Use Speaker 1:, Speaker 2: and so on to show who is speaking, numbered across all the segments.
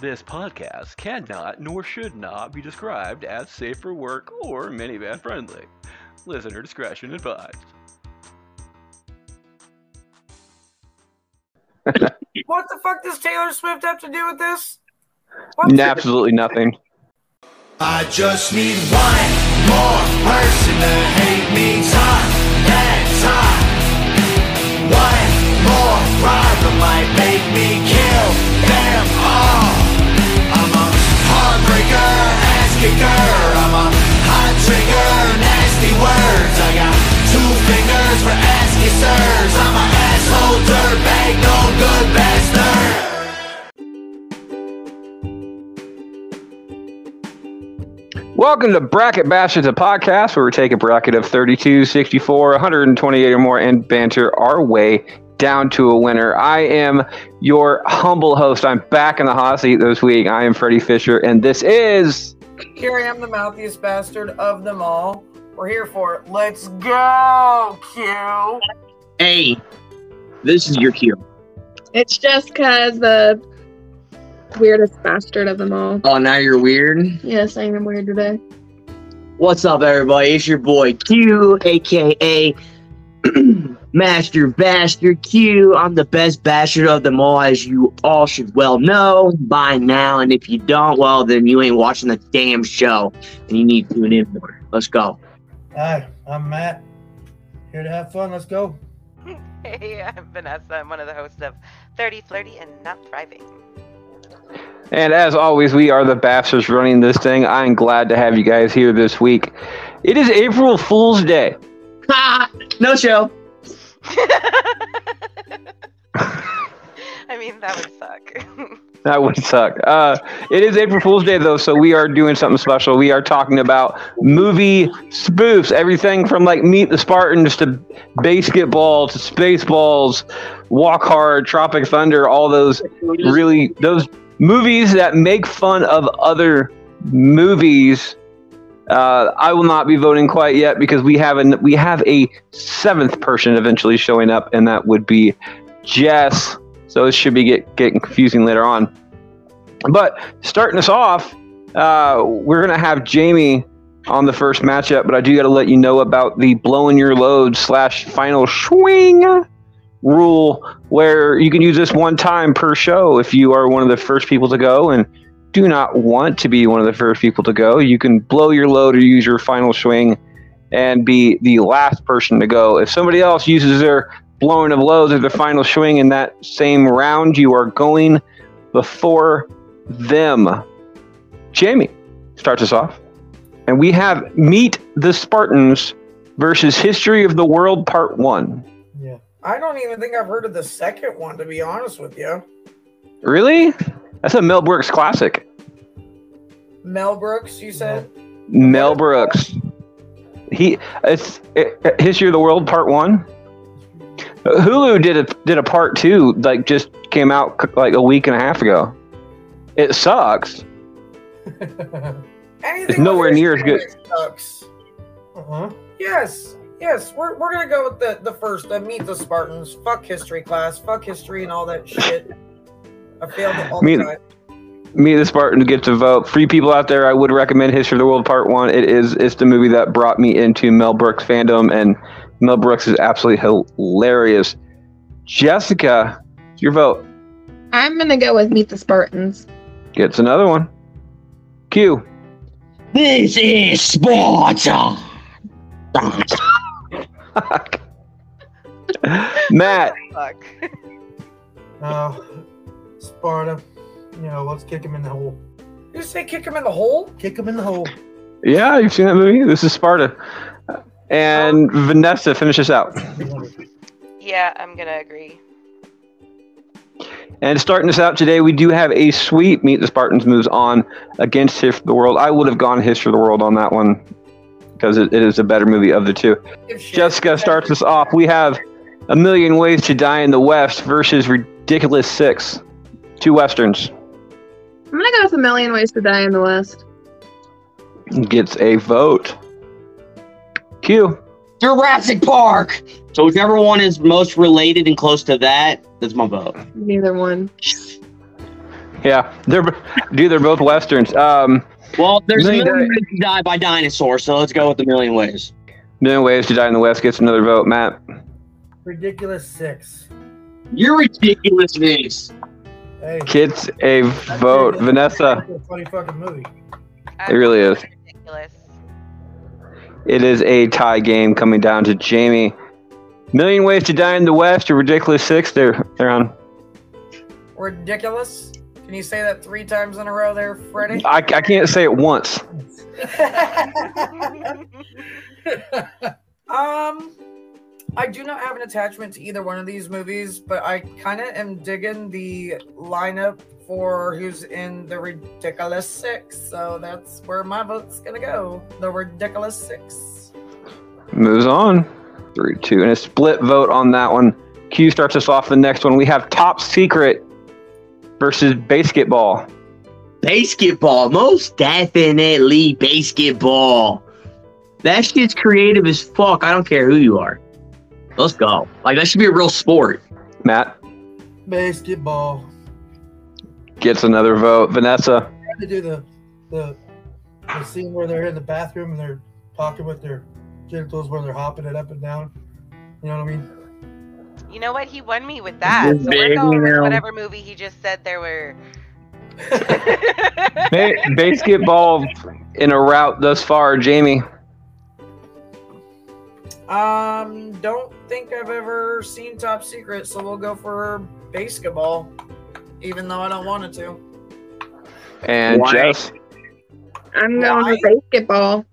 Speaker 1: This podcast cannot nor should not be described as safe for work or minivan friendly. Listener discretion advised.
Speaker 2: What the fuck does Taylor Swift have to do with this?
Speaker 1: Absolutely nothing.
Speaker 3: I just need one more person to hate me time and time. One more problem might make me kill them all. I'm a heartbreaker, ass kicker. I'm a hot trigger, nasty words. I got two fingers for ass kissers. I'm a asshole, dirtbag, no good bastard.
Speaker 1: Welcome to Bracket Bastards, a podcast where we take a bracket of 32, 64, 128 or more and banter our way down to a winner. I am your humble host. I'm back in the hot seat this week. I am Freddie Fisher, and this is.
Speaker 2: Here I am, the mouthiest bastard of them all. We're here for it. Let's go, Q.
Speaker 4: Hey, this is your cue.
Speaker 5: It's Jessica, the weirdest bastard of them all.
Speaker 4: Oh, now you're weird.
Speaker 5: Yes, I am weird today.
Speaker 4: What's up, everybody? It's your boy Q, aka Master Bastard Q. I'm the best bastard of them all, as you all should well know by now. And if you don't, well, then you ain't watching the damn show, and you need to tune in more. Let's go.
Speaker 6: Hi, I'm Matt. Here to have fun. Let's go.
Speaker 7: Hey, I'm Vanessa. I'm one of the hosts of 30, Flirty, and Not Thriving.
Speaker 1: And as always, we are the bastards running this thing. I am glad to have you guys here this week. It is April Fool's Day.
Speaker 4: Ha! No show.
Speaker 7: I mean, that would suck.
Speaker 1: That would suck. Uh, it is April Fool's Day, though, so we are doing something special. We are talking about movie spoofs, everything from like Meet the Spartans to Basketball to Spaceballs, Walk Hard, Tropic Thunder, all those really those movies that make fun of other movies. Uh, I will not be voting quite yet because we have an, we have a seventh person eventually showing up, and that would be Jess. So it should be get getting confusing later on. But starting us off, uh, we're gonna have Jamie on the first matchup, but I do got to let you know about the blowing your load slash final swing rule where you can use this one time per show if you are one of the first people to go and do not want to be one of the first people to go you can blow your load or use your final swing and be the last person to go if somebody else uses their blowing of loads or their final swing in that same round you are going before them jamie starts us off and we have meet the spartans versus history of the world part one
Speaker 6: Yeah.
Speaker 2: I don't even think I've heard of the second one, to be honest with you.
Speaker 1: Really? That's a Mel Brooks classic.
Speaker 2: Mel Brooks, you said?
Speaker 1: Mel Brooks. He it's it, History of the World Part One. Uh, Hulu did a did a part two like just came out c- like a week and a half ago. It sucks.
Speaker 2: Anything
Speaker 1: It's nowhere
Speaker 2: with
Speaker 1: near as good.
Speaker 2: History Sucks.
Speaker 6: uh-huh.
Speaker 2: Yes, yes, we're, we're gonna go with the, the first, the Meet the Spartans. Fuck history class, fuck history and all that shit. I failed it all
Speaker 1: Meet-
Speaker 2: the time.
Speaker 1: Me the Spartan get to vote. Free people out there, I would recommend History of the World Part One. It is it's the movie that brought me into Mel Brooks fandom, and Mel Brooks is absolutely hilarious. Jessica, your vote
Speaker 5: I'm gonna go with Meet the Spartans.
Speaker 1: gets another one. Q.
Speaker 4: This is sports.
Speaker 1: Matt,
Speaker 7: Fuck.
Speaker 6: Now, Sparta, you know, let's kick him in the hole.
Speaker 2: You say kick him in the hole?
Speaker 6: Kick him in the hole.
Speaker 1: yeah, you've seen that movie. This is Sparta, and Vanessa finish us out.
Speaker 7: Yeah, I'm gonna agree.
Speaker 1: And starting us out today, we do have a sweep. Meet the Spartans moves on against History of the World. I would have gone History of the World on that one because it, it is a better movie of the two.
Speaker 2: Give shit.
Speaker 1: Jessica starts us off. We have a million ways to die in the West versus ridiculous six. Two westerns
Speaker 5: I'm gonna go with A Million Ways to Die in the West.
Speaker 1: gets a vote. Q.
Speaker 4: Jurassic Park. So whichever one is most related and close to that, that's my vote.
Speaker 5: Neither one.
Speaker 1: Yeah, they're do they're both westerns. Um,
Speaker 4: Well, there's
Speaker 1: Million
Speaker 4: a million ways to die by dinosaur, so let's go with the million ways.
Speaker 1: million ways to die in the West gets another vote. Matt,
Speaker 6: Ridiculous six.
Speaker 4: You're ridiculous, Vince.
Speaker 6: Hey.
Speaker 1: gets a vote.
Speaker 6: That's a-
Speaker 1: Vanessa,
Speaker 6: that's a Funny fucking movie.
Speaker 1: it really is.
Speaker 7: Ridiculous.
Speaker 1: It is a tie game coming down to Jamie. Million ways to die in the West or ridiculous six? They're they're on.
Speaker 2: Ridiculous. Can you say that three times in a row there, Freddie?
Speaker 1: I, I can't say it once.
Speaker 2: um, I do not have an attachment to either one of these movies, but I kind of am digging the lineup for who's in the Ridiculous Six. So that's where my vote's gonna go. The Ridiculous Six.
Speaker 1: Moves on. Three, two, and a split vote on that one. Q starts us off the next one. We have Top Secret versus Basketball.
Speaker 4: Basketball, most definitely basketball. That shit's creative as fuck. I don't care who you are. Let's go. Like that should be a real sport.
Speaker 1: Matt
Speaker 6: Basketball.
Speaker 1: gets another vote. Vanessa,
Speaker 6: Trying to do the, the the scene where they're in the bathroom and they're talking with their genitals where they're hopping it up and down. You know what I mean?
Speaker 7: You know what? He won me with that. So we're
Speaker 4: Big
Speaker 7: going with
Speaker 4: now.
Speaker 7: whatever movie he just said there were.
Speaker 1: ba- Basketball in a route thus far. Jamie,
Speaker 2: Um, don't think I've ever seen Top Secret, so we'll go for basketball, even though I don't want it to.
Speaker 1: and
Speaker 4: Why?
Speaker 1: Jess.
Speaker 5: I'm going with basketball.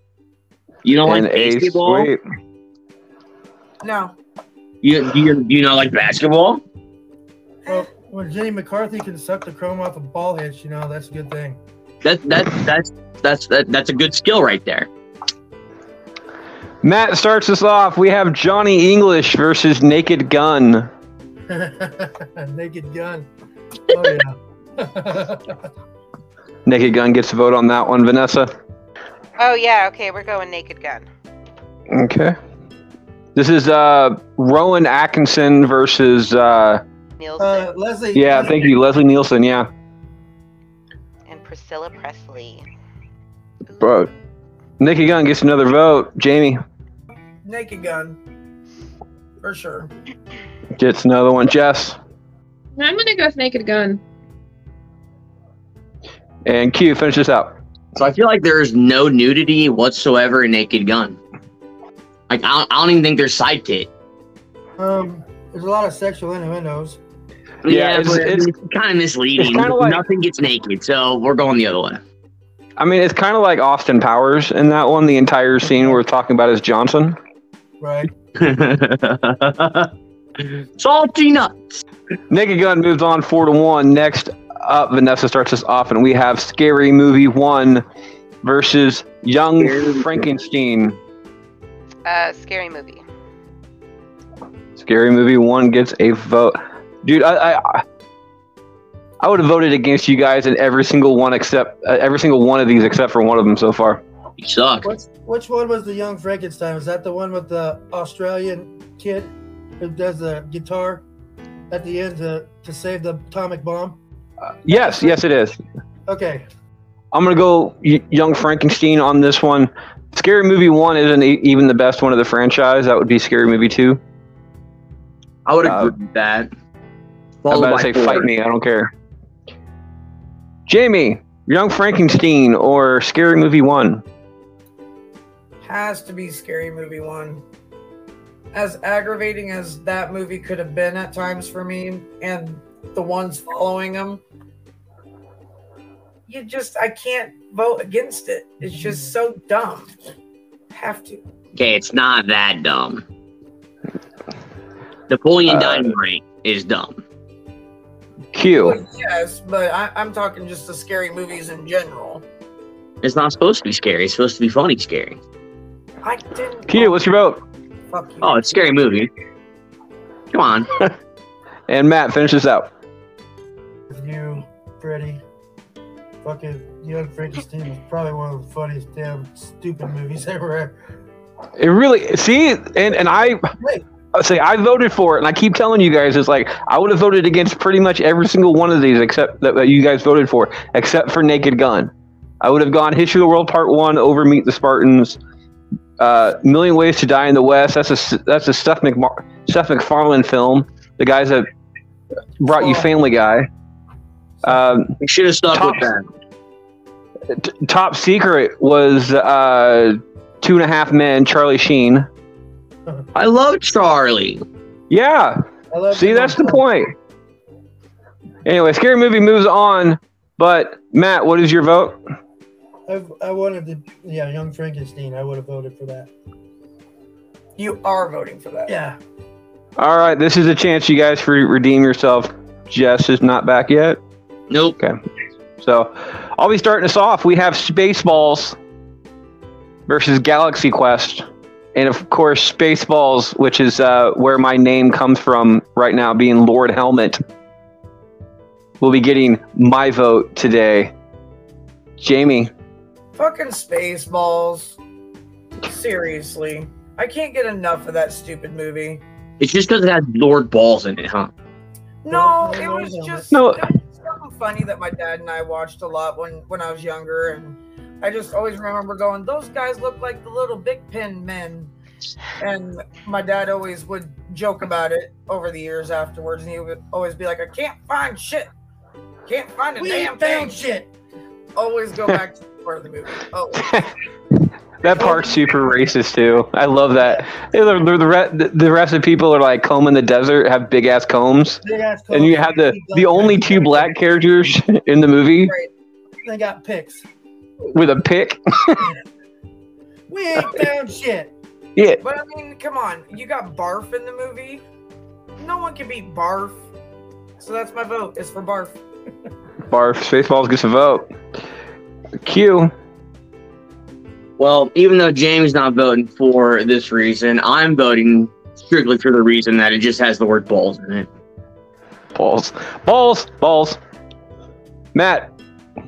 Speaker 4: You don't
Speaker 1: And
Speaker 4: like
Speaker 1: a
Speaker 4: basketball?
Speaker 1: sweep.
Speaker 2: No.
Speaker 4: You, do you do you not like basketball?
Speaker 6: Well, when Jenny McCarthy can suck the chrome off a ball hitch, you know that's a good thing.
Speaker 4: That that that's that's that, that's a good skill right there.
Speaker 1: Matt starts us off. We have Johnny English versus Naked Gun.
Speaker 6: Naked gun. Oh yeah.
Speaker 1: Naked Gun gets a vote on that one. Vanessa.
Speaker 7: oh yeah, okay, we're going Naked Gun.
Speaker 1: Okay. This is uh, Rowan Atkinson versus. Uh,
Speaker 7: Nielsen
Speaker 6: uh, Leslie.
Speaker 1: Yeah, thank you, Leslie Nielsen. Yeah,
Speaker 7: and Priscilla Presley. Ooh,
Speaker 1: bro. Nikki Gunn gets another vote. Jamie
Speaker 2: Naked Gun. For sure.
Speaker 1: gets another one. Jess
Speaker 5: I'm gonna go with Naked Gun.
Speaker 1: and Q finish this out.
Speaker 4: So I feel like there is no nudity whatsoever in Naked Gun. Like I don't, I don't even think there's side tit.
Speaker 6: Um, there's a lot of sexual innuendos.
Speaker 1: Yeah, it's-
Speaker 4: but
Speaker 1: it's-
Speaker 4: kind of misleading.
Speaker 1: it's kinda like-
Speaker 4: Nothing gets naked, so we're going the other way.
Speaker 1: I mean, it's kind of like Austin Powers in that one. The entire scene we're talking about is Johnson.
Speaker 6: Right.
Speaker 4: Salty nuts.
Speaker 1: Nikki Gunn moves on four to one. Next up, Vanessa starts us off, and we have Scary Movie One versus Young Frankenstein.
Speaker 7: Uh, scary movie.
Speaker 1: Scary Movie One gets a vote, dude. I I, I would have voted against you guys in every single one except uh, every single one of these except for one of them so far.
Speaker 4: You suck.
Speaker 6: Which which one was the young Frankenstein? Was that the one with the Australian kid who does the guitar at the end to, to save the atomic bomb?
Speaker 1: Yes, yes, it is.
Speaker 6: Okay.
Speaker 1: I'm gonna go y- Young Frankenstein on this one. Scary Movie One isn't e- even the best one of the franchise. That would be Scary Movie Two.
Speaker 4: I would
Speaker 1: Uh,
Speaker 4: agree with that.
Speaker 1: I'm
Speaker 4: Followed
Speaker 1: about
Speaker 4: by
Speaker 1: to say
Speaker 4: four.
Speaker 1: fight me. I don't care. Jamie, Young Frankenstein or Scary Movie One?
Speaker 2: Has to be Scary Movie 1. As aggravating as that movie could have been at times for me and the ones following him, you just, I can't vote against it. It's just so dumb. Have to.
Speaker 4: Okay, it's not that dumb. Napoleon
Speaker 1: Uh,
Speaker 4: Dynamite is dumb.
Speaker 1: Q.
Speaker 2: Well, yes, but I, I'm talking just the scary movies in general.
Speaker 4: It's not supposed to be scary. It's supposed to be funny scary.
Speaker 2: I didn't.
Speaker 1: Q, what's your vote?
Speaker 2: Fuck you.
Speaker 4: Oh, it's a scary movie. Come on.
Speaker 1: And Matt, finish this out.
Speaker 6: With you, Freddy. Fucking young Frankenstein was probably one of the funniest damn stupid movies ever.
Speaker 1: It really see, and and I, I say I voted for it, and I keep telling you guys, it's like I would have voted against pretty much every single one of these except that, that you guys voted for, except for Naked Gun. I would have gone History of the World Part One over Meet the Spartans, uh, Million Ways to Die in the West. That's a s- that's a Seth, McMar- Seth MacFarlane film. The guys that brought you Family Guy. Um,
Speaker 4: We should have stuck with that.
Speaker 1: t- Top Secret was uh, Two and a Half Men. Charlie Sheen.
Speaker 4: I love Charlie.
Speaker 1: Yeah,
Speaker 6: I love
Speaker 1: See,
Speaker 6: you,
Speaker 1: that's the
Speaker 6: Uncle.
Speaker 1: point. Anyway, scary movie moves on, but Matt, what is your vote?
Speaker 6: I, I wanted the yeah, Young Frankenstein. I would have voted for that.
Speaker 2: You are voting for that.
Speaker 6: Yeah,
Speaker 1: All right, this is a chance you guys for redeem yourself. Jess is not back yet,
Speaker 4: Nope.
Speaker 1: so I'll be starting us off. We have Spaceballs versus Galaxy Quest, and of course Spaceballs, which is uh, where my name comes from right now, being Lord Helmet. Will be getting my vote today. Jamie,
Speaker 2: Fucking Spaceballs. Seriously. I can't get enough of that stupid movie.
Speaker 4: It's just because it had Lord Balls in it, huh?
Speaker 2: No,
Speaker 6: Well,
Speaker 2: it
Speaker 6: no,
Speaker 2: was
Speaker 6: no.
Speaker 2: just
Speaker 1: No.
Speaker 2: it was something funny that my dad and I watched a lot when when I was younger, and I just always remember going, "Those guys look like the little big pin men," and my dad always would joke about it over the years afterwards, and he would always be like, "I can't find shit, can't find a
Speaker 6: we
Speaker 2: damn
Speaker 6: ain't
Speaker 2: thing."
Speaker 6: found shit.
Speaker 2: Always go back to the part of the movie. Oh,
Speaker 1: That part's super racist too. I love that. The, the, the, re- the rest of people are like comb in the desert, have big ass combs,
Speaker 6: Big ass
Speaker 1: and you
Speaker 6: cock.
Speaker 1: have the the only two black characters in the movie
Speaker 6: They got picks.
Speaker 1: with a pick.
Speaker 6: We ain't found shit.
Speaker 1: Yeah,
Speaker 2: but I mean, come on, you got barf in the movie. No one can beat barf. So that's my vote. It's for barf.
Speaker 1: barf. Spaceballs gets a vote. Q.
Speaker 4: Well, even though James not voting for this reason, I'm voting strictly for the reason that it just has the word balls in it.
Speaker 1: Balls. Balls. Balls. Matt.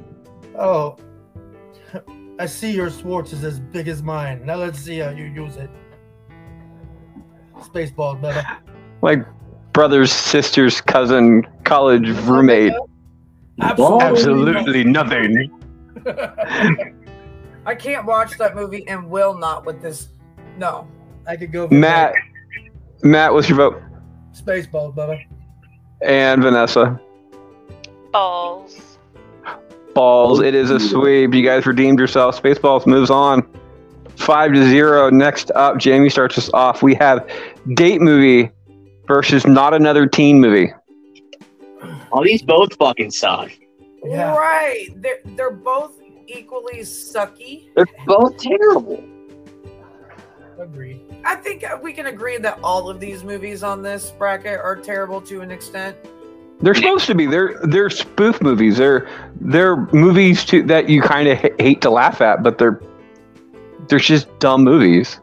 Speaker 6: Oh, I see your Swartz is as big as mine. Now let's see how you use it. Spaceball, better.
Speaker 1: Like brothers, sisters, cousin, college roommate. Absolutely nothing.
Speaker 2: I can't watch that movie and will not with this. No.
Speaker 6: I could go for
Speaker 1: Matt. Matt, what's your vote?
Speaker 6: Spaceball, brother.
Speaker 1: And Vanessa.
Speaker 7: Balls.
Speaker 1: Balls. It is a sweep. You guys redeemed yourself. Spaceballs moves on. Five to zero. Next up, Jamie starts us off. We have date movie versus not another teen movie.
Speaker 4: All these both fucking suck.
Speaker 6: Yeah.
Speaker 2: Right. They're, they're both equally sucky.
Speaker 4: They're both terrible.
Speaker 6: Agreed.
Speaker 2: I think we can agree that all of these movies on this bracket are terrible to an extent.
Speaker 1: They're supposed to be. They're they're spoof movies. They're they're movies to, that you kind of h- hate to laugh at, but they're they're just dumb movies.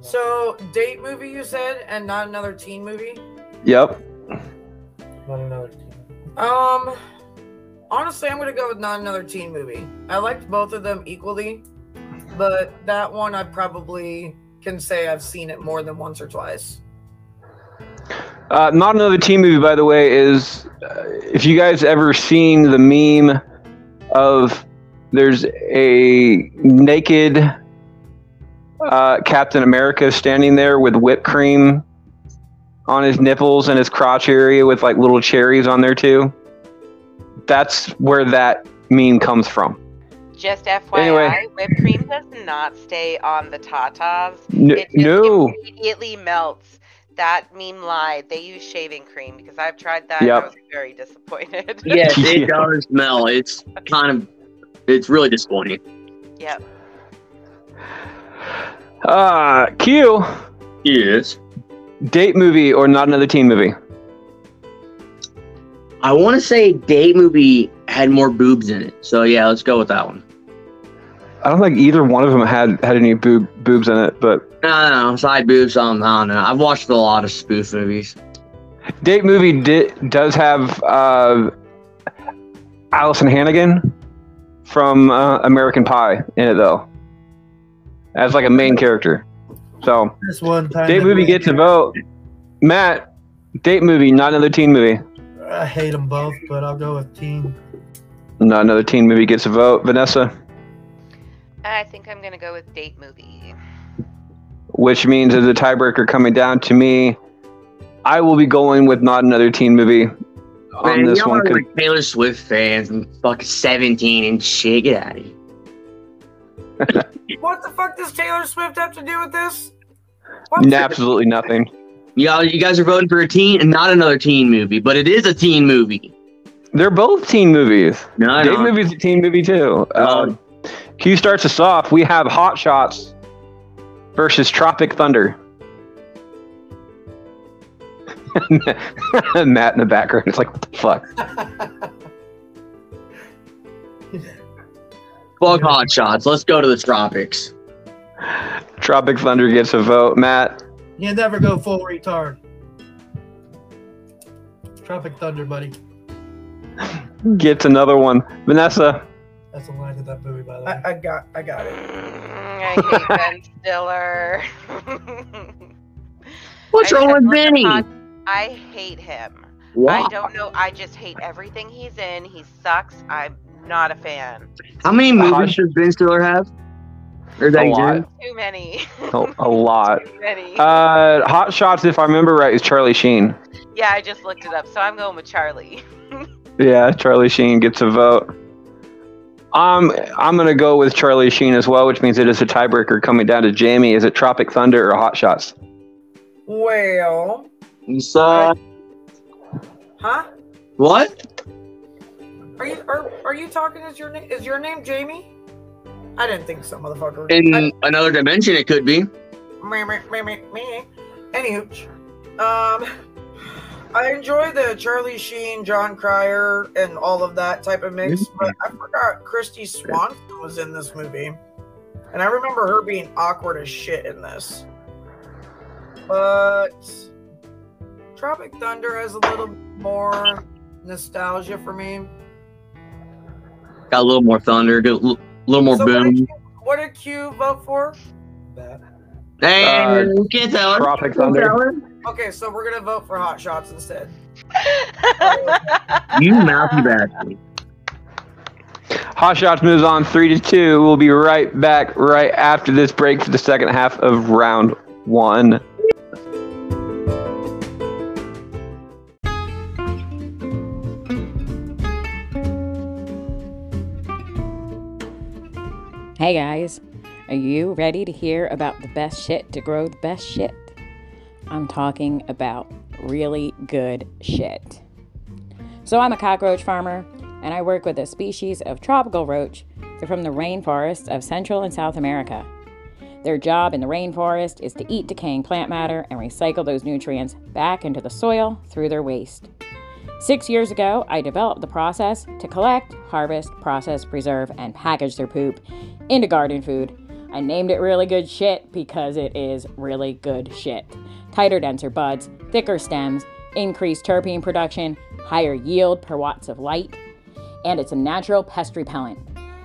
Speaker 2: So, date movie, you said, and not another teen movie?
Speaker 1: Yep.
Speaker 6: Not another team.
Speaker 2: Um, honestly, I'm going to go with not another teen movie. I liked both of them equally, but that one I probably can say I've seen it more than once or twice.
Speaker 1: Uh, not another teen movie, by the way, is uh, if you guys ever seen the meme of there's a naked uh, Captain America standing there with whipped cream on his nipples and his crotch area with like little cherries on there too. That's where that meme comes from.
Speaker 7: Just FYI,
Speaker 1: Anyway.
Speaker 7: whipped cream does not stay on the tatas.
Speaker 1: N-
Speaker 7: It just
Speaker 1: no,
Speaker 7: immediately melts. That meme lied. They use shaving cream because I've tried that.
Speaker 1: Yep.
Speaker 7: And I was very disappointed.
Speaker 4: Yes,
Speaker 1: Yeah.
Speaker 4: it does smell. It's kind of, it's really disappointing.
Speaker 7: yep.
Speaker 1: uh, Q
Speaker 4: Yes.
Speaker 1: date movie or not another teen movie?
Speaker 4: I want to say Date Movie had more boobs in it. So yeah, let's go with that one.
Speaker 1: I don't think either one of them had had any boob boobs in it, but
Speaker 4: No, no, no side boobs. Um, I don't know. I've watched a lot of spoof movies.
Speaker 1: Date movie di- does have uh, Allison Hannigan from uh, American Pie in it, though, as like a main character. So
Speaker 6: This one time.
Speaker 1: date
Speaker 6: that
Speaker 1: movie
Speaker 6: we-
Speaker 1: gets a vote. Matt, date movie, not another teen movie.
Speaker 6: I hate them both, but I'll go with teen.
Speaker 1: Not another teen movie gets a vote. Vanessa,
Speaker 7: I think I'm gonna go with date movie.
Speaker 1: which means as a tiebreaker coming down to me, I will be going with not another teen movie on
Speaker 4: Man,
Speaker 1: this
Speaker 4: y'all
Speaker 1: one.
Speaker 4: are
Speaker 1: 'cause-
Speaker 4: like Taylor Swift fans and fucking 17 and shit. Get out of here.
Speaker 2: What the fuck does Taylor Swift have to do with this? What
Speaker 1: n- absolutely nothing.
Speaker 4: Y'all, you guys are voting for a teen and not another teen movie, but it is a teen movie.
Speaker 1: They're both teen movies.
Speaker 4: No,
Speaker 1: Date
Speaker 4: no.
Speaker 1: movie's a teen movie too. Uh, Q starts us off. We have Hot Shots versus Tropic Thunder. Matt in the background. It's like what the fuck.
Speaker 4: Fuck hot shots. Let's go to the tropics.
Speaker 1: Tropic Thunder gets a vote. Matt,
Speaker 6: You never go full retard. Tropic Thunder, buddy.
Speaker 1: gets another one. Vanessa,
Speaker 6: That's the line of that movie, by the way.
Speaker 2: I, I got, I got it.
Speaker 7: Mm, I hate Ben Stiller.
Speaker 4: What's
Speaker 7: I
Speaker 4: wrong
Speaker 7: said
Speaker 4: with
Speaker 7: what the
Speaker 4: Benny?
Speaker 7: fuck? I hate him.
Speaker 4: Why?
Speaker 7: I don't know. I just hate everything he's in. He sucks. I'm not a fan.
Speaker 4: How many
Speaker 1: Hot-
Speaker 4: movies does Ben Stiller have? Or that
Speaker 1: A
Speaker 4: he
Speaker 1: lot.
Speaker 4: did?
Speaker 7: Too many.
Speaker 1: oh, a lot.
Speaker 7: Too many.
Speaker 1: Uh, Hot Shots, if I remember right, is Charlie Sheen.
Speaker 7: yeah, I just looked it up, so I'm going with Charlie.
Speaker 1: Yeah, Charlie Sheen gets a vote. I'm I'm gonna go with Charlie Sheen as well, which means it is a tiebreaker coming down to Jamie. Is it Tropic Thunder or Hot Shots?
Speaker 2: Well,
Speaker 4: You saw
Speaker 2: huh?
Speaker 4: what?
Speaker 2: Are you are, are you talking? Is your name is your name Jamie? I didn't think so, motherfucker. I-
Speaker 4: In another dimension, it could be.
Speaker 2: meh, meh, meh, meh, meh. Anywho, um, I enjoy the Charlie Sheen, John Cryer, and all of that type of mix, but I forgot Christy Swanson was in this movie, and I remember her being awkward as shit in this. But Tropic Thunder has a little more nostalgia for me.
Speaker 4: Got a little more thunder, a little more
Speaker 2: So what,
Speaker 4: boom.
Speaker 2: did you, what did Q vote for?
Speaker 6: That.
Speaker 4: Hey, get that one.
Speaker 1: Tropic Thunder.
Speaker 2: Okay, so we're gonna vote for Hot Shots instead.
Speaker 4: You mouthy bastard.
Speaker 1: Hot Shots moves on three to two. We'll be right back right after this break for the second half of round one.
Speaker 8: Hey guys, are you ready to hear about the best shit to grow the best shit? I'm talking about really good shit. So, I'm a cockroach farmer and I work with a species of tropical roach. They're from the rainforests of Central and South America. Their job in the rainforest is to eat decaying plant matter and recycle those nutrients back into the soil through their waste. Six years ago, I developed the process to collect, harvest, process, preserve, and package their poop into garden food. I named it Really Good Shit because it is really good shit. Tighter, denser buds, thicker stems, increased terpene production, higher yield per watts of light, and it's a natural pest repellent.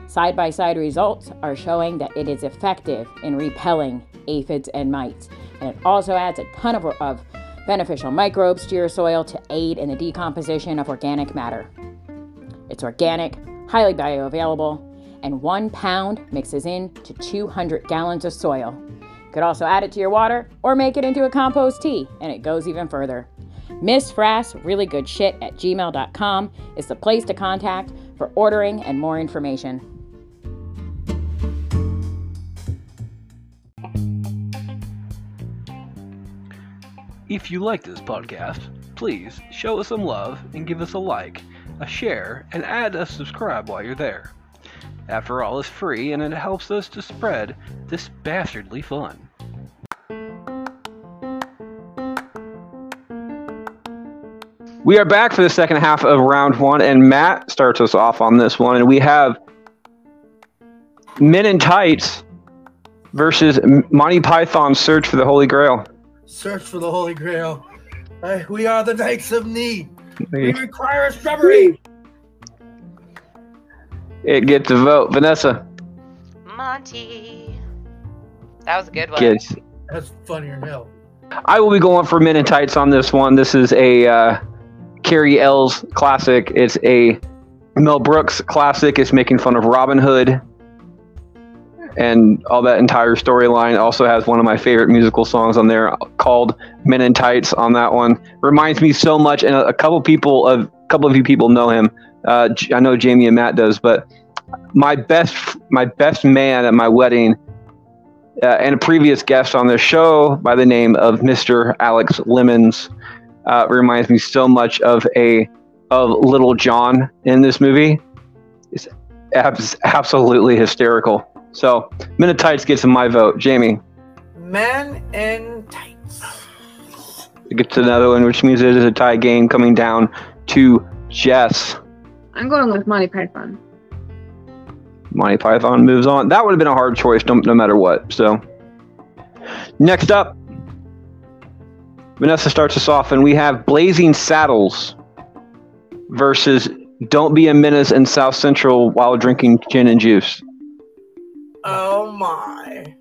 Speaker 8: Side by side results are showing that it is effective in repelling aphids and mites. And it also adds a ton of, of beneficial microbes to your soil to aid in the decomposition of organic matter. It's organic, highly bioavailable, and one pound mixes in to 200 gallons of soil. You could also add it to your water or make it into a compost tea, and it goes even further. Miss Frass, really good shit at gmail.com is the place to contact for ordering and more information.
Speaker 9: If you like this podcast, please show us some love and give us a like, a share, and add a subscribe while you're there. After all, it's free and it helps us to spread this bastardly fun.
Speaker 1: We are back for the second half of round one, and Matt starts us off on this one, and we have Men in Tights versus Monty Python's Search for the Holy Grail.
Speaker 6: Search for the Holy Grail. I, we are the Knights of Need. We require a shrubbery.
Speaker 1: It gets a vote. Vanessa
Speaker 7: Monty. That was a good one.
Speaker 1: gets
Speaker 6: That's funnier than hell.
Speaker 1: I will be going for men in tights on this one. This is a uh, Carrie L's classic. It's a Mel Brooks classic. It's making fun of Robin Hood and all that entire storyline. Also has one of my favorite musical songs on there called "Men in Tights." On that one, reminds me so much. And a, a couple people of a couple of you people know him. Uh, J- I know Jamie and Matt does, but my best my best man at my wedding uh, and a previous guest on this show by the name of Mr. Alex Lemons uh, reminds me so much of a of Little John in this movie. It's abs- absolutely hysterical. So Minitites gets in my vote. Jamie
Speaker 2: Men in tights.
Speaker 1: gets another one, which means it is a tie game coming down to Jess.
Speaker 5: I'm going with Monty Python.
Speaker 1: Monty Python moves on. That would have been a hard choice, no, no matter what. So, next up, Vanessa starts us off, and we have Blazing Saddles versus Don't Be a Menace in South Central while drinking gin and juice.
Speaker 2: Oh my.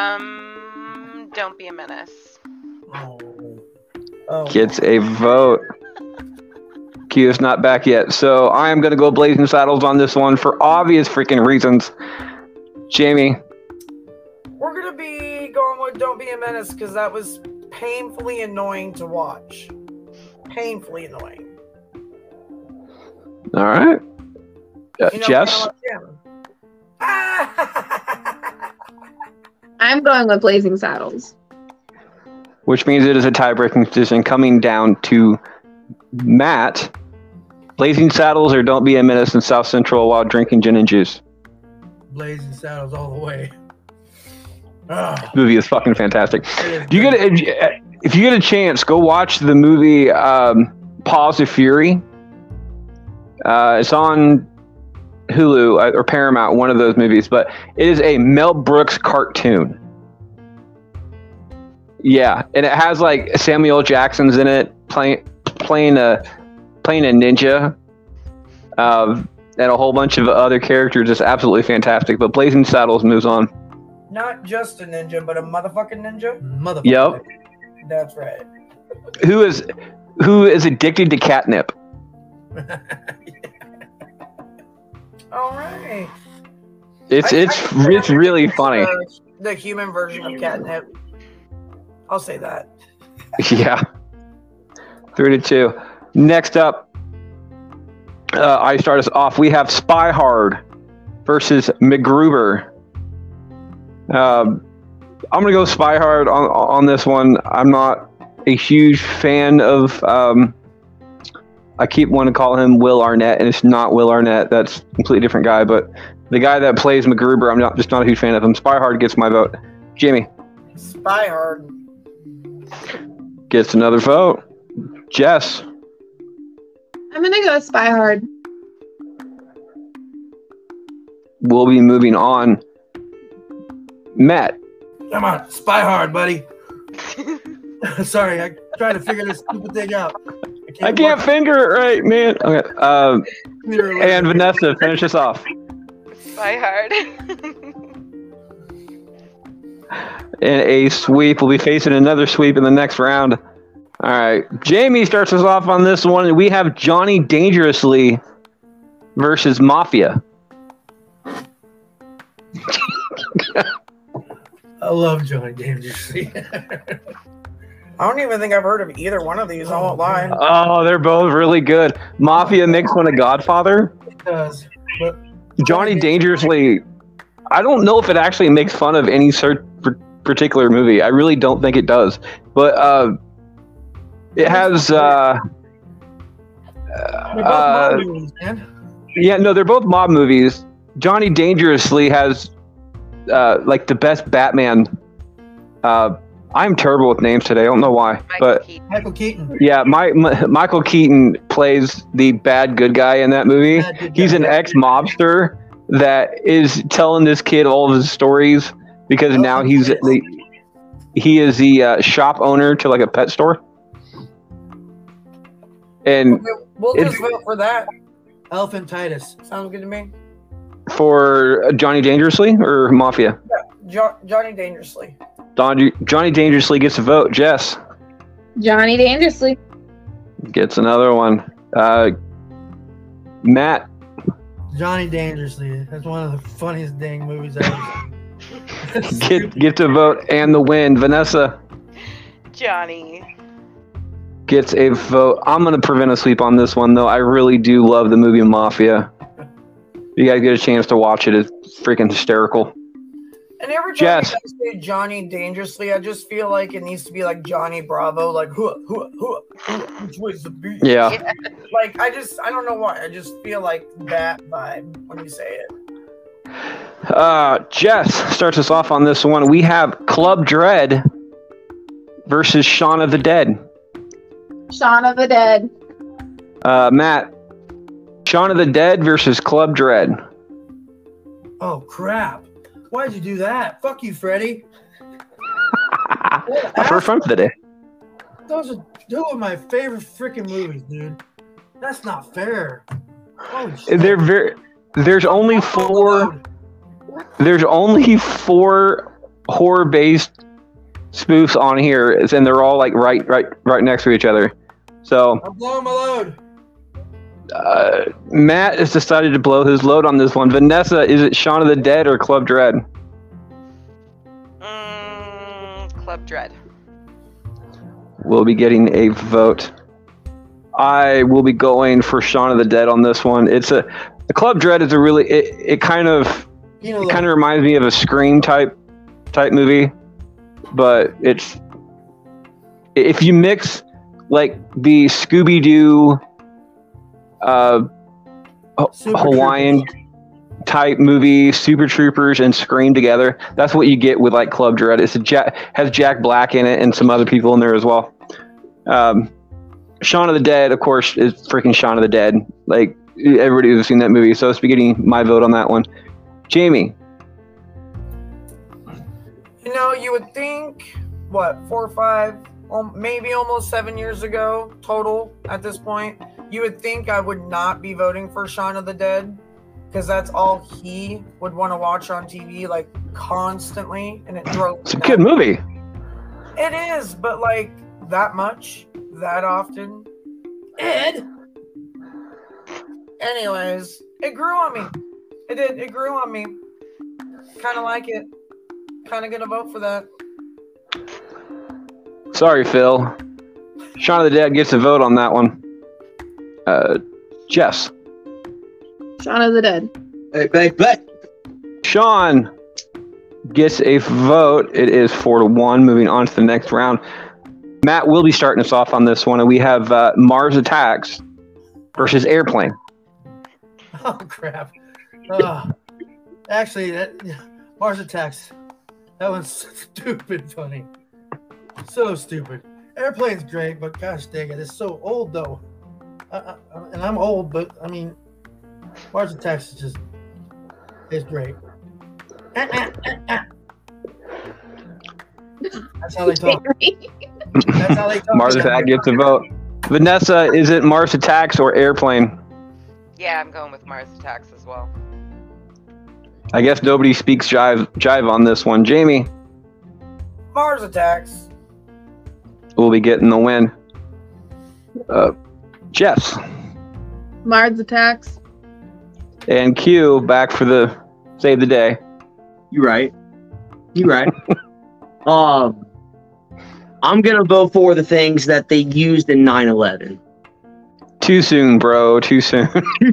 Speaker 7: Um, don't be a menace.
Speaker 2: Oh. Oh.
Speaker 1: Gets a vote. Q is not back yet, so I am going to go Blazing Saddles on this one for obvious freaking reasons. Jamie,
Speaker 2: We're gonna be going with Don't Be a Menace because that was painfully annoying to watch. Painfully annoying.
Speaker 1: all right. Uh,
Speaker 2: You know,
Speaker 1: Jess,
Speaker 2: kinda like Jim.
Speaker 5: I'm going with Blazing Saddles.
Speaker 1: which means it is a tie-breaking decision coming down to Matt. Blazing Saddles or Don't Be a Menace in South Central while drinking gin and juice.
Speaker 6: Blazing saddles all the way. Ah,
Speaker 1: movie is fucking fantastic.
Speaker 6: it is
Speaker 1: If you get a, if you- if you get a chance, go watch the movie um, Pause of Fury. Uh, it's on Hulu uh, or Paramount, one of those movies, but it is a Mel Brooks cartoon. Yeah, and it has like Samuel Jackson's in it playing playing a playing a ninja, uh, and a whole bunch of other characters. It's absolutely fantastic. But Blazing Saddles moves on.
Speaker 2: Not just a ninja, but a motherfucking ninja.
Speaker 6: motherfucker.
Speaker 1: Yep.
Speaker 2: That's right.
Speaker 1: who is who is addicted to catnip.
Speaker 2: All right.
Speaker 1: It's
Speaker 2: I-
Speaker 1: it's
Speaker 2: I- uh,
Speaker 1: it's really funny.
Speaker 2: The, the human version of catnip. I'll say that.
Speaker 1: Yeah, three to two. Next up, uh, I start us off. We have Spy Hard versus McGruber. Um, I'm gonna go Spy Hard on on this one. I'm not a huge fan of. Um, I keep wanting to call him Will Arnett, and it's not Will Arnett. That's a completely different guy. But the guy that plays McGruber, I'm not just not a huge fan of him. Spy Hard gets my vote. Jimmy
Speaker 2: Spy hard.
Speaker 1: gets another vote. Jess.
Speaker 5: I'm gonna go Spy Hard.
Speaker 1: we'll be moving on. Matt,
Speaker 6: Come on, spy hard, buddy. Sorry, I trying to figure this stupid thing out.
Speaker 1: I can't
Speaker 6: work
Speaker 1: finger it right, man. Okay, uh,
Speaker 6: the computer later.
Speaker 1: and Vanessa, finish us off.
Speaker 7: By hard.
Speaker 1: In a sweep, we'll be facing another sweep in the next round. All right, Jamie starts us off on this one. We have Johnny Dangerously versus Mafia.
Speaker 6: I love Johnny Dangerously.
Speaker 2: I don't even think I've heard of either one of these. I won't lie.
Speaker 1: Oh, they're both really good. Mafia makes one of Godfather.
Speaker 6: Does but
Speaker 1: Johnny Dangerously, I don't know if it actually makes fun of any cer- par- particular movie. I really don't think it does. But uh, it has, uh,
Speaker 6: they're both
Speaker 1: Uh,
Speaker 6: mob movies, man.
Speaker 1: yeah, no, they're both mob movies. Johnny Dangerously has uh, like the best Batman. Uh, I'm terrible with names today. I don't know why,
Speaker 7: Michael
Speaker 1: but
Speaker 7: Keaton.
Speaker 6: Michael Keaton.
Speaker 1: yeah, my, M- Michael Keaton plays the bad good guy in that movie.
Speaker 6: Bad good
Speaker 1: He's
Speaker 6: guy.
Speaker 1: an ex mobster that is telling this kid all of his stories because now he's the he is the uh, shop owner to like a pet store. And
Speaker 2: We'll
Speaker 1: It-
Speaker 2: just vote for that.
Speaker 6: Elephantitis.
Speaker 2: Sounds good to me.
Speaker 1: for Johnny Dangerously or Mafia,
Speaker 2: Jo- Johnny Dangerously.
Speaker 1: Don, Johnny Dangerously gets a vote. Jess
Speaker 5: Johnny Dangerously.
Speaker 1: gets another one. Uh, Matt,
Speaker 6: Johnny Dangerously. That's one of the funniest dang movies ever.
Speaker 1: get, gets a vote and the win. Vanessa
Speaker 7: Johnny.
Speaker 1: gets a vote. I'm going to prevent a sweep on this one, though. I really do love the movie Mafia. You guys get a chance to watch it. It's freaking hysterical.
Speaker 2: And every time
Speaker 1: Jess.
Speaker 2: you guys say Johnny Dangerously, I just feel like it needs to be like Johnny Bravo, like who, who, who, which way's the beat?
Speaker 1: Yeah.
Speaker 2: Like I just, I don't know why, I just feel like that vibe when you say it.
Speaker 1: Uh, Jess starts us off on this one. We have Club Dread versus Shaun of the Dead.
Speaker 5: Shaun of the Dead.
Speaker 1: Uh, Matt, Shaun of the Dead versus Club Dread.
Speaker 6: oh crap! Why'd you do that? Fuck you, Freddy.
Speaker 1: My first one for the day.
Speaker 6: Those are two of my favorite freaking movies, dude. That's not fair. Holy shit.
Speaker 1: They're very. There's only four. There's only four horror-based spoofs on here, and they're all like right, right, right next to each other. So
Speaker 6: I'm blowing my load.
Speaker 1: uh, Matt has decided to blow his load on this one. Vanessa, is it Shaun of the Dead or Club Dread?
Speaker 7: Mm, Club Dread.
Speaker 1: will be getting a vote. I will be going for Shaun of the Dead on this one. It's a the Club Dread is a really it, it kind of
Speaker 6: You know,
Speaker 1: it
Speaker 6: look,
Speaker 1: kind of reminds me of a Scream type type movie, but it's i- if you mix like the Scooby Doo uh, Ho-
Speaker 6: Super
Speaker 1: Hawaiian type movie Super Troopers and Scream together, that's what you get with like Club Dread. It's a Jack has Jack Black in it and some other people in there as well. Um, Shaun of the Dead, of course, is freaking Shaun of the Dead. Like everybody who's seen that movie, so it's beginning my vote on that one. Jamie,
Speaker 2: You know, you would think, what, four or five, um, maybe almost seven years ago total at this point, you would think I would not be voting for Shaun of the Dead because that's all he would want to watch on TV, like constantly. And it drove
Speaker 1: it's a
Speaker 2: me
Speaker 1: good
Speaker 2: nuts.
Speaker 1: movie.
Speaker 2: It is, but like that much, that often. Ed! Anyways, it grew on me. It did. It grew on me. Kind of like it. Kind of gonna vote for that.
Speaker 1: Sorry, Phil. Shaun of the Dead gets a vote on that one. Uh, Jess,
Speaker 5: Shaun of the Dead.
Speaker 4: Hey, hey, hey.
Speaker 1: Sean gets a vote. It is four to one. Moving on to the next round. Matt will be starting us off on this one, and we have uh, Mars Attacks versus Airplane.
Speaker 6: Oh crap! Ugh. actually, that Mars Attacks. That one's stupid funny. So stupid. Airplane's great, but gosh dang it, it's so old though. I, I, and I'm old, but I mean, Mars Attacks is just is great. That's how they talk. That's how they talk.
Speaker 1: Mars Attack gets a vote. Vanessa, is it Mars Attacks or Airplane?
Speaker 7: Yeah, I'm going with Mars Attacks as well.
Speaker 1: I guess nobody speaks jive jive on this one. Jamie
Speaker 2: Mars attacks.
Speaker 1: will be getting the win. Uh, Jess.
Speaker 5: Mars attacks.
Speaker 1: and Q back for the save the day.
Speaker 4: You right. You right. um, I'm gonna vote for the things that they used in 9/11.
Speaker 1: Too soon, bro. Too soon.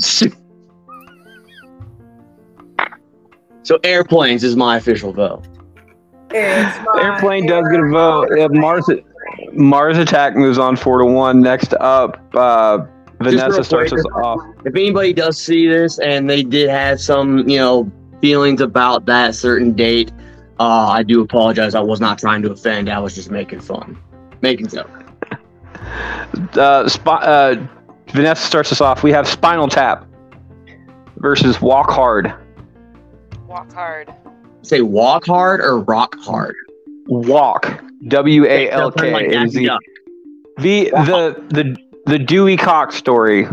Speaker 4: so airplanes is my official vote.
Speaker 2: It's my
Speaker 1: Airplane does get a vote. Uh, Mars Mars Attack moves on four to one. Next up, uh, Vanessa
Speaker 4: real quick.
Speaker 1: starts us off.
Speaker 4: If anybody does see this and they did have some, you know, feelings about that certain date, uh, I do apologize. I was not trying to offend. I was just making fun, making joke.
Speaker 1: Uh, spi- uh, Vanessa starts us off. We have Spinal Tap versus Walk Hard.
Speaker 7: Walk hard.
Speaker 4: Say walk hard or rock hard.
Speaker 1: Walk. W a l k.
Speaker 4: Like
Speaker 1: It is
Speaker 4: Daffy
Speaker 1: the
Speaker 4: Duck.
Speaker 1: the the the the Dewey Cox story.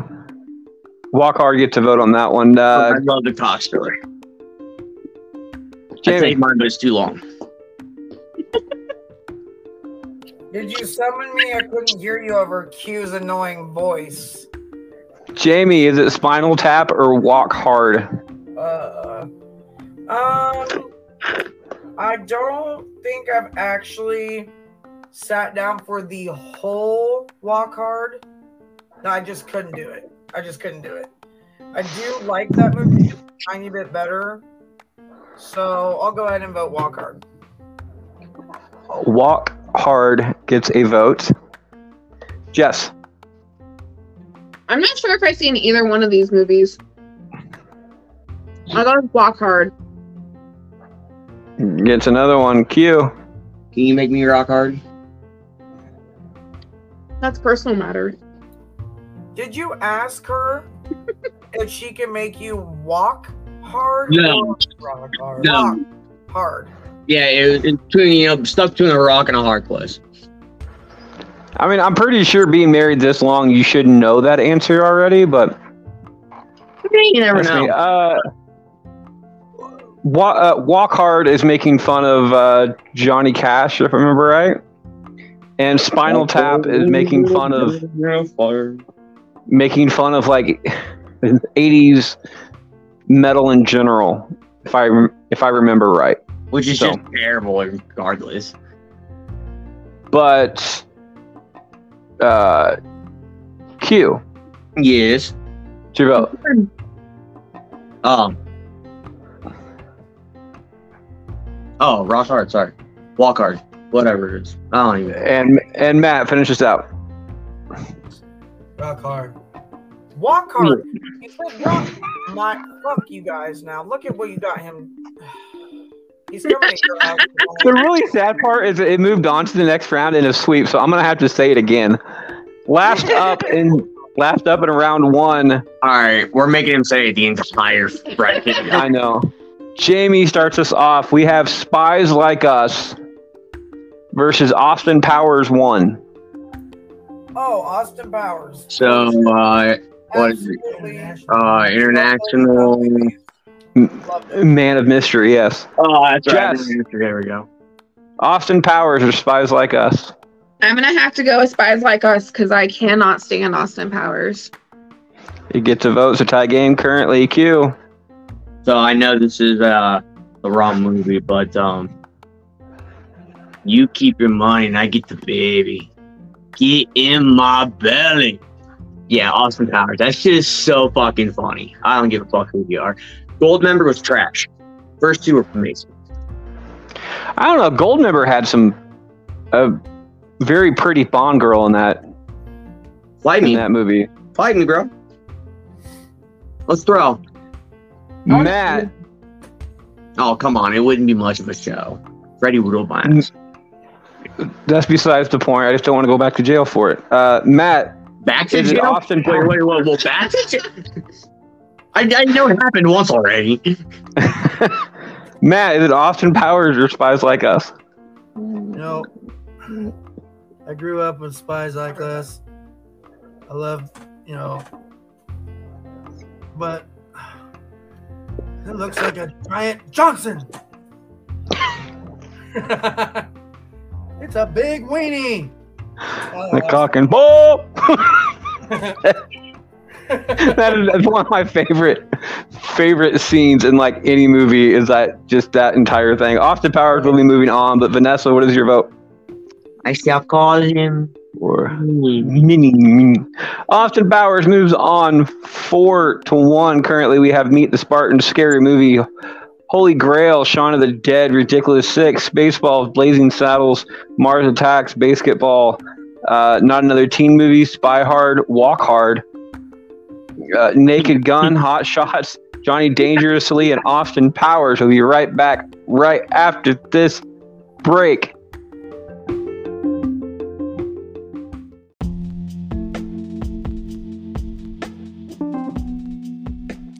Speaker 1: Walk Hard gets a vote on that one. Uh,
Speaker 4: I love the cock story. I
Speaker 1: Jamie.
Speaker 4: think mine was too long.
Speaker 2: Did you summon me? I couldn't hear you over Q's annoying voice.
Speaker 1: Jamie, is it Spinal Tap or Walk Hard?
Speaker 2: Uh, um, I don't think I've actually sat down for the whole walk hard. No, I just couldn't do it. I just couldn't do it. I do like that movie a tiny bit better, so I'll go ahead and vote walk hard.
Speaker 1: Walk Hard gets a vote. Jess,
Speaker 5: I'm not sure if I've seen either one of these movies. I thought it was Walk Hard.
Speaker 1: gets another one. Q.
Speaker 4: Can you make me rock hard?
Speaker 5: That's a personal matter.
Speaker 2: Did you ask her if she can make you walk hard?
Speaker 4: No.
Speaker 2: Or walk hard?
Speaker 4: No.
Speaker 2: Walk hard.
Speaker 4: Yeah, it was it's between you know stuck between a rock and a hard place.
Speaker 1: I mean, I'm pretty sure being married this long, you should know that answer already, but
Speaker 5: You never
Speaker 1: That's
Speaker 5: know.
Speaker 1: me. Uh, Wa- uh, Walk Hard is making fun of uh, Johnny Cash, if I remember right. And Spinal Tap is making fun of making fun of like '80s metal in general, if I rem- if I remember right.
Speaker 4: Which is
Speaker 1: So.
Speaker 4: just terrible regardless.
Speaker 1: But uh, Q,
Speaker 4: Yes.
Speaker 1: it's your vote.
Speaker 4: Um. Oh, rock hard. Sorry, walk hard. Whatever it is. I don't even.
Speaker 1: and and Matt finish this out.
Speaker 6: Rock hard.
Speaker 2: Walk hard. You said walk. My fuck you guys now. Look at what you got him. He's coming at your house.
Speaker 1: The really sad part is it moved on to the next round in a sweep, so I'm gonna have to say it again. Last up in last up in round one,
Speaker 4: All right, we're making him say it the entire bracket.
Speaker 1: I know. Jamie starts us off. We have spies like us versus Austin Powers one.
Speaker 2: Oh, Austin Powers.
Speaker 4: so, uh, what is it?
Speaker 2: Absolutely.
Speaker 4: uh, international.
Speaker 2: Love it.
Speaker 1: Man of mystery, yes.
Speaker 4: Oh, that's
Speaker 1: right.
Speaker 4: Yes. There we go.
Speaker 1: Austin Powers or spies like us.
Speaker 5: I'm gonna have to go with Spies Like Us because I cannot stand Austin Powers.
Speaker 1: It gets a vote, so tie game currently. Q.
Speaker 4: So I know this is uh the wrong movie, but um, you keep your money and I get the baby. Get in my belly. Yeah, Austin Powers. That shit is so fucking funny. I don't give a fuck who you are. Gold member was trash. First two were amazing.
Speaker 1: I don't know, Goldmember had some a very pretty Bond girl in that
Speaker 4: Fight
Speaker 1: in
Speaker 4: me,
Speaker 1: that movie.
Speaker 4: fight me, bro. Let's throw.
Speaker 1: Matt
Speaker 4: Oh come on, it wouldn't be much of a show. Freddie Woodlebiles.
Speaker 1: That's besides the point. I just don't want to go back to jail for it. Uh, Matt,
Speaker 4: Back to
Speaker 1: Is it
Speaker 4: jail.
Speaker 1: Austin
Speaker 4: wait,
Speaker 1: Powers?
Speaker 4: wait, wait, wait, back to jail. I, I know it happened once already.
Speaker 1: Matt, is it Austin Powers or Spies Like Us?
Speaker 6: You know, I grew up with spies like us. I love, you know, but it looks like a giant Johnson. it's a big weenie. Oh,
Speaker 1: Like talking bull.
Speaker 6: that's-
Speaker 1: that is that's one of my favorite favorite scenes in like any movie. Is that just that entire thing? Austin Powers will be moving on, but Vanessa, what is your vote?
Speaker 4: I shall call him.
Speaker 1: Or mini, mini. Austin Powers moves on four to one. Currently, we have Meet the Spartans, Scary Movie, Holy Grail, Shaun of the Dead, Ridiculous Six, Spaceballs, Blazing Saddles, Mars Attacks, Basketball, uh, Not Another Teen Movie, Spy Hard, Walk Hard, uh, Naked Gun, Hot Shots, Johnny Dangerously, and Austin Powers. We'll be right back right after this break.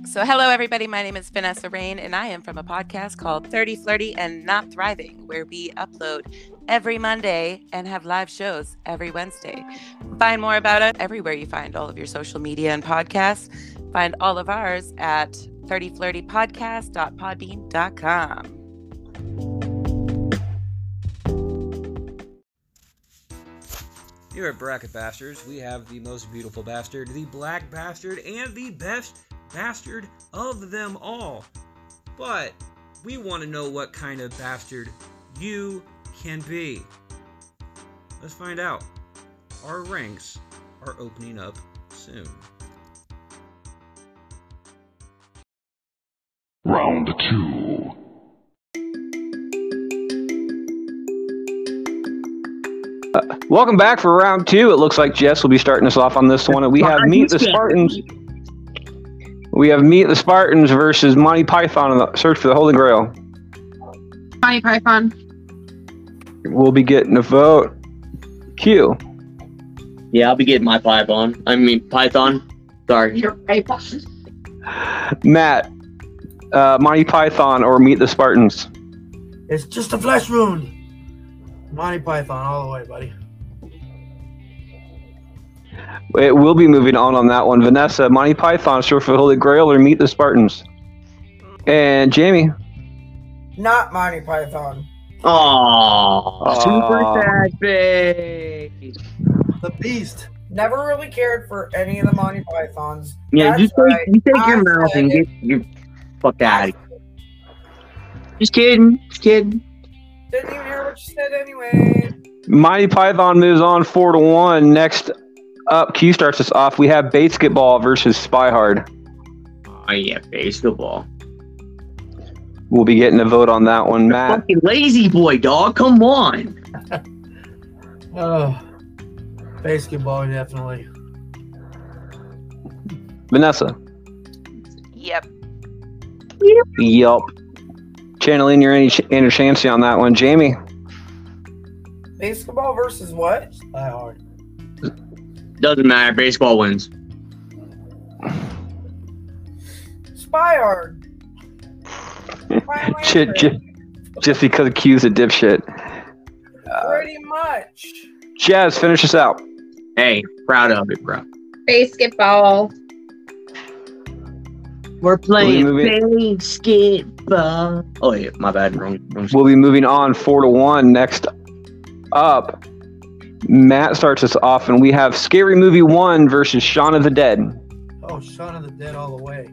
Speaker 7: So, hello, everybody. My name is Vanessa Rain, and I am from a podcast called 30 Flirty and Not Thriving, where we upload every Monday and have live shows every Wednesday. Find more about it everywhere you find all of your social media and podcasts. Find all of ours at 30flirtypodcast.podbean.com.
Speaker 10: Here at Bracket Bastards, we have the most beautiful bastard, the black bastard, and the best bastard of them all. But we want to know what kind of bastard you can be. Let's find out. Our ranks are opening up soon.
Speaker 11: Round two.
Speaker 1: Welcome back for round two. It looks like Jess will be starting us off on this one. We have Meet the Spartans. We have Meet the Spartans versus Monty Python in the Search for the Holy Grail.
Speaker 5: Monty Python.
Speaker 1: We'll be getting a vote. Q.
Speaker 4: Yeah, I'll be getting my Python. I mean Python. Sorry.
Speaker 5: You're right.
Speaker 1: Matt. Uh, Monty Python or Meet the Spartans.
Speaker 6: It's just a flesh wound. Monty Python all the way, buddy.
Speaker 1: It will be moving on on that one. Vanessa, Monty Python, Search for the Holy Grail or Meet the Spartans. And Jamie.
Speaker 2: Not Monty Python.
Speaker 4: Aww.
Speaker 1: Aw.
Speaker 4: Super sad face.
Speaker 6: The Beast.
Speaker 2: Never really cared for any of the Monty Pythons.
Speaker 4: Yeah,
Speaker 2: That's
Speaker 4: you take,
Speaker 2: right.
Speaker 4: you take
Speaker 2: I
Speaker 4: your mouth
Speaker 2: said
Speaker 4: and
Speaker 2: it.
Speaker 4: get your fuck out of here. Just kidding. Just kidding.
Speaker 2: Didn't even hear what you said anyway.
Speaker 1: Monty Python moves on four to one. Next up, Q starts us off. We have basketball versus Spy Hard.
Speaker 4: Oh yeah, basketball.
Speaker 1: We'll be getting a vote on that one, Matt.
Speaker 4: Fucking lazy boy, dog. Come on.
Speaker 6: Oh, basketball, definitely.
Speaker 1: Vanessa.
Speaker 7: Yep.
Speaker 1: Yelp. Channeling your inner inner chancy on that one, Jamie.
Speaker 2: Basketball versus what?
Speaker 6: Spy hard.
Speaker 4: Doesn't matter. Baseball wins.
Speaker 2: Spy hard. Final
Speaker 1: J-
Speaker 2: answer.
Speaker 1: j- just because Q's a dipshit.
Speaker 2: Pretty much.
Speaker 1: Jazz, finish us out.
Speaker 4: Hey, proud of it, bro.
Speaker 5: Basketball.
Speaker 4: We're
Speaker 1: playing
Speaker 4: playing basketball. Oh yeah, my bad. Wrong. wrong.
Speaker 1: We'll be moving on four to one. Next up, Matt starts us off, and we have Scary Movie One versus Shaun of the Dead.
Speaker 6: Oh, Shaun of the Dead all the way.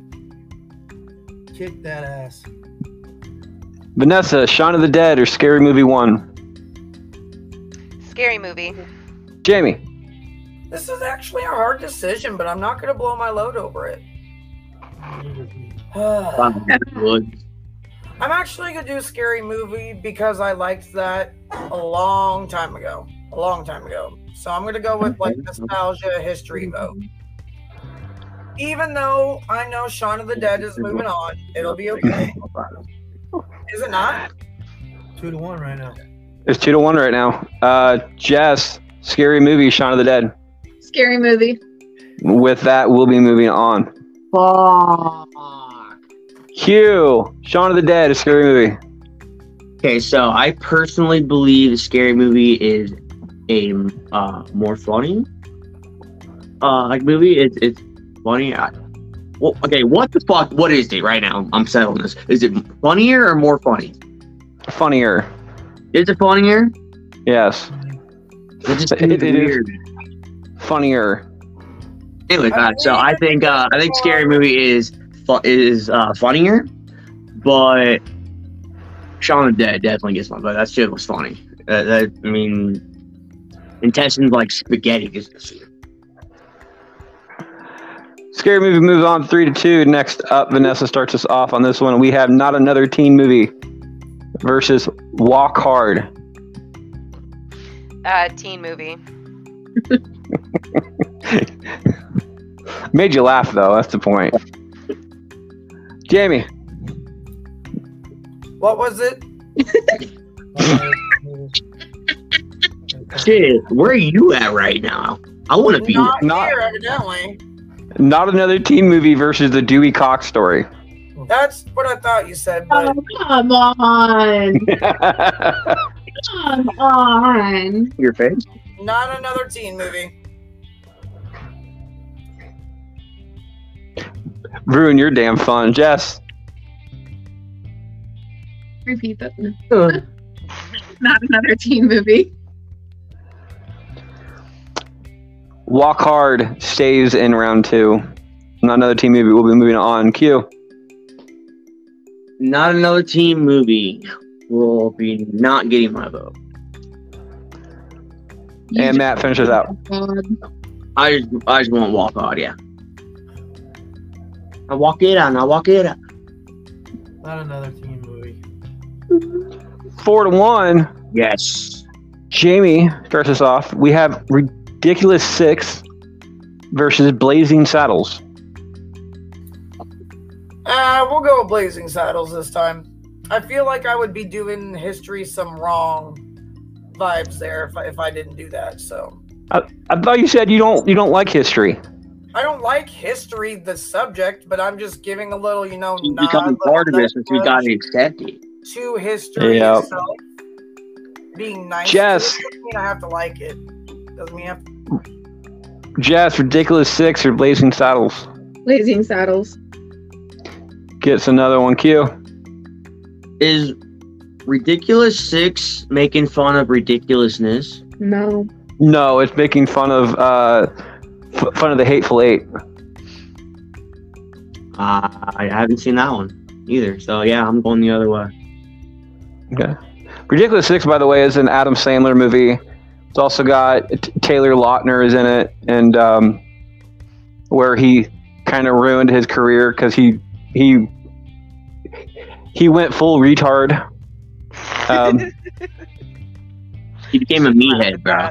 Speaker 6: Kick that ass.
Speaker 1: Vanessa, Shaun of the Dead or Scary Movie One?
Speaker 7: Scary movie.
Speaker 1: Jamie.
Speaker 2: This is actually a hard decision, but I'm not gonna blow my load over it. I'm
Speaker 4: Wood.
Speaker 2: actually gonna do scary movie because I liked that a long time ago. A long time ago. So I'm gonna go with like nostalgia history vote. Even though I know Shaun of the Dead is moving on, it'll be okay. Is it not?
Speaker 6: Two to one right now.
Speaker 1: It's two to one right now. Uh, Jess, Scary Movie, Shaun of the Dead.
Speaker 5: Scary movie.
Speaker 1: With that, we'll be moving on.
Speaker 4: Fuck.
Speaker 1: Q, Shaun of the Dead, a scary movie.
Speaker 4: Okay, so I personally believe the scary movie is a uh, more funny uh, like movie. It's it's funny. I, well, okay, what the fuck? What is it right now? I'm settling this. Is it funnier or more funny?
Speaker 1: Funnier.
Speaker 4: Is it funnier?
Speaker 1: Yes.
Speaker 4: It just
Speaker 1: It- it is.
Speaker 4: weird.
Speaker 1: Funnier.
Speaker 4: Anyway,
Speaker 2: I
Speaker 4: God, so I think uh, I think Scary Movie is fu- is uh, funnier, but Shaun of the Dead definitely gets my vote. That shit was funny. Uh, that, I mean, intestines like spaghetti. Is,
Speaker 1: Scary movie moves on three to two. Next up, Vanessa starts us off on this one. We have not another teen movie versus Walk Hard.
Speaker 7: Uh, teen movie.
Speaker 1: Made you laugh though. That's the point. Jamie,
Speaker 2: What was it?
Speaker 4: shit, where are you at right now? I want to be.
Speaker 2: Not,
Speaker 1: Not-
Speaker 2: here, evidently.
Speaker 1: not another teen movie versus the Dewey Cox story.
Speaker 2: That's what I thought you said,
Speaker 5: Oh,
Speaker 2: but
Speaker 5: come on. Come on.
Speaker 4: your face.
Speaker 2: not another teen movie.
Speaker 1: Ruin your damn fun, Jess.
Speaker 5: Repeat that. Not another teen movie.
Speaker 1: Walk Hard stays in round two. Not another team movie. We'll be moving on. Q.
Speaker 4: Not another team movie will be not getting my vote.
Speaker 1: And Matt finishes out.
Speaker 4: I just, I just want to walk out, yeah. I walk it out, I walk it out.
Speaker 6: Not another team movie.
Speaker 1: Four to one.
Speaker 4: Yes.
Speaker 1: Jamie starts us off. We have Ridiculous Six versus Blazing Saddles.
Speaker 2: Uh, we'll go with Blazing Saddles this time. I feel like I would be doing history some wrong vibes there if I, if I didn't do that. So
Speaker 1: I, I thought you said you don't you don't like history.
Speaker 2: I don't like history, the subject, but I'm just giving a little, you know,
Speaker 4: He's
Speaker 2: nod
Speaker 4: becoming
Speaker 2: little
Speaker 4: part of it
Speaker 2: nudge
Speaker 4: since we got it accepted.
Speaker 2: to history
Speaker 1: Yep.
Speaker 2: itself. Being nice. to
Speaker 1: Jess.
Speaker 2: it doesn't mean I have to like it. Doesn't mean I have to.
Speaker 1: Jazz, Ridiculous Six or Blazing Saddles
Speaker 5: Blazing Saddles.
Speaker 1: gets another one. Q.
Speaker 4: Is Ridiculous Six making fun of ridiculousness?
Speaker 5: No.
Speaker 1: No, it's making fun of uh, f- fun of the Hateful Eight.
Speaker 4: Uh, I haven't seen that one either. So yeah, I'm going the other way.
Speaker 1: Okay. Ridiculous Six, by the way, is an Adam Sandler movie. It's also got T- Taylor Lautner is in it, and um, where he kind of ruined his career because he he he went full retard. Um,
Speaker 4: He became a meathead, bro.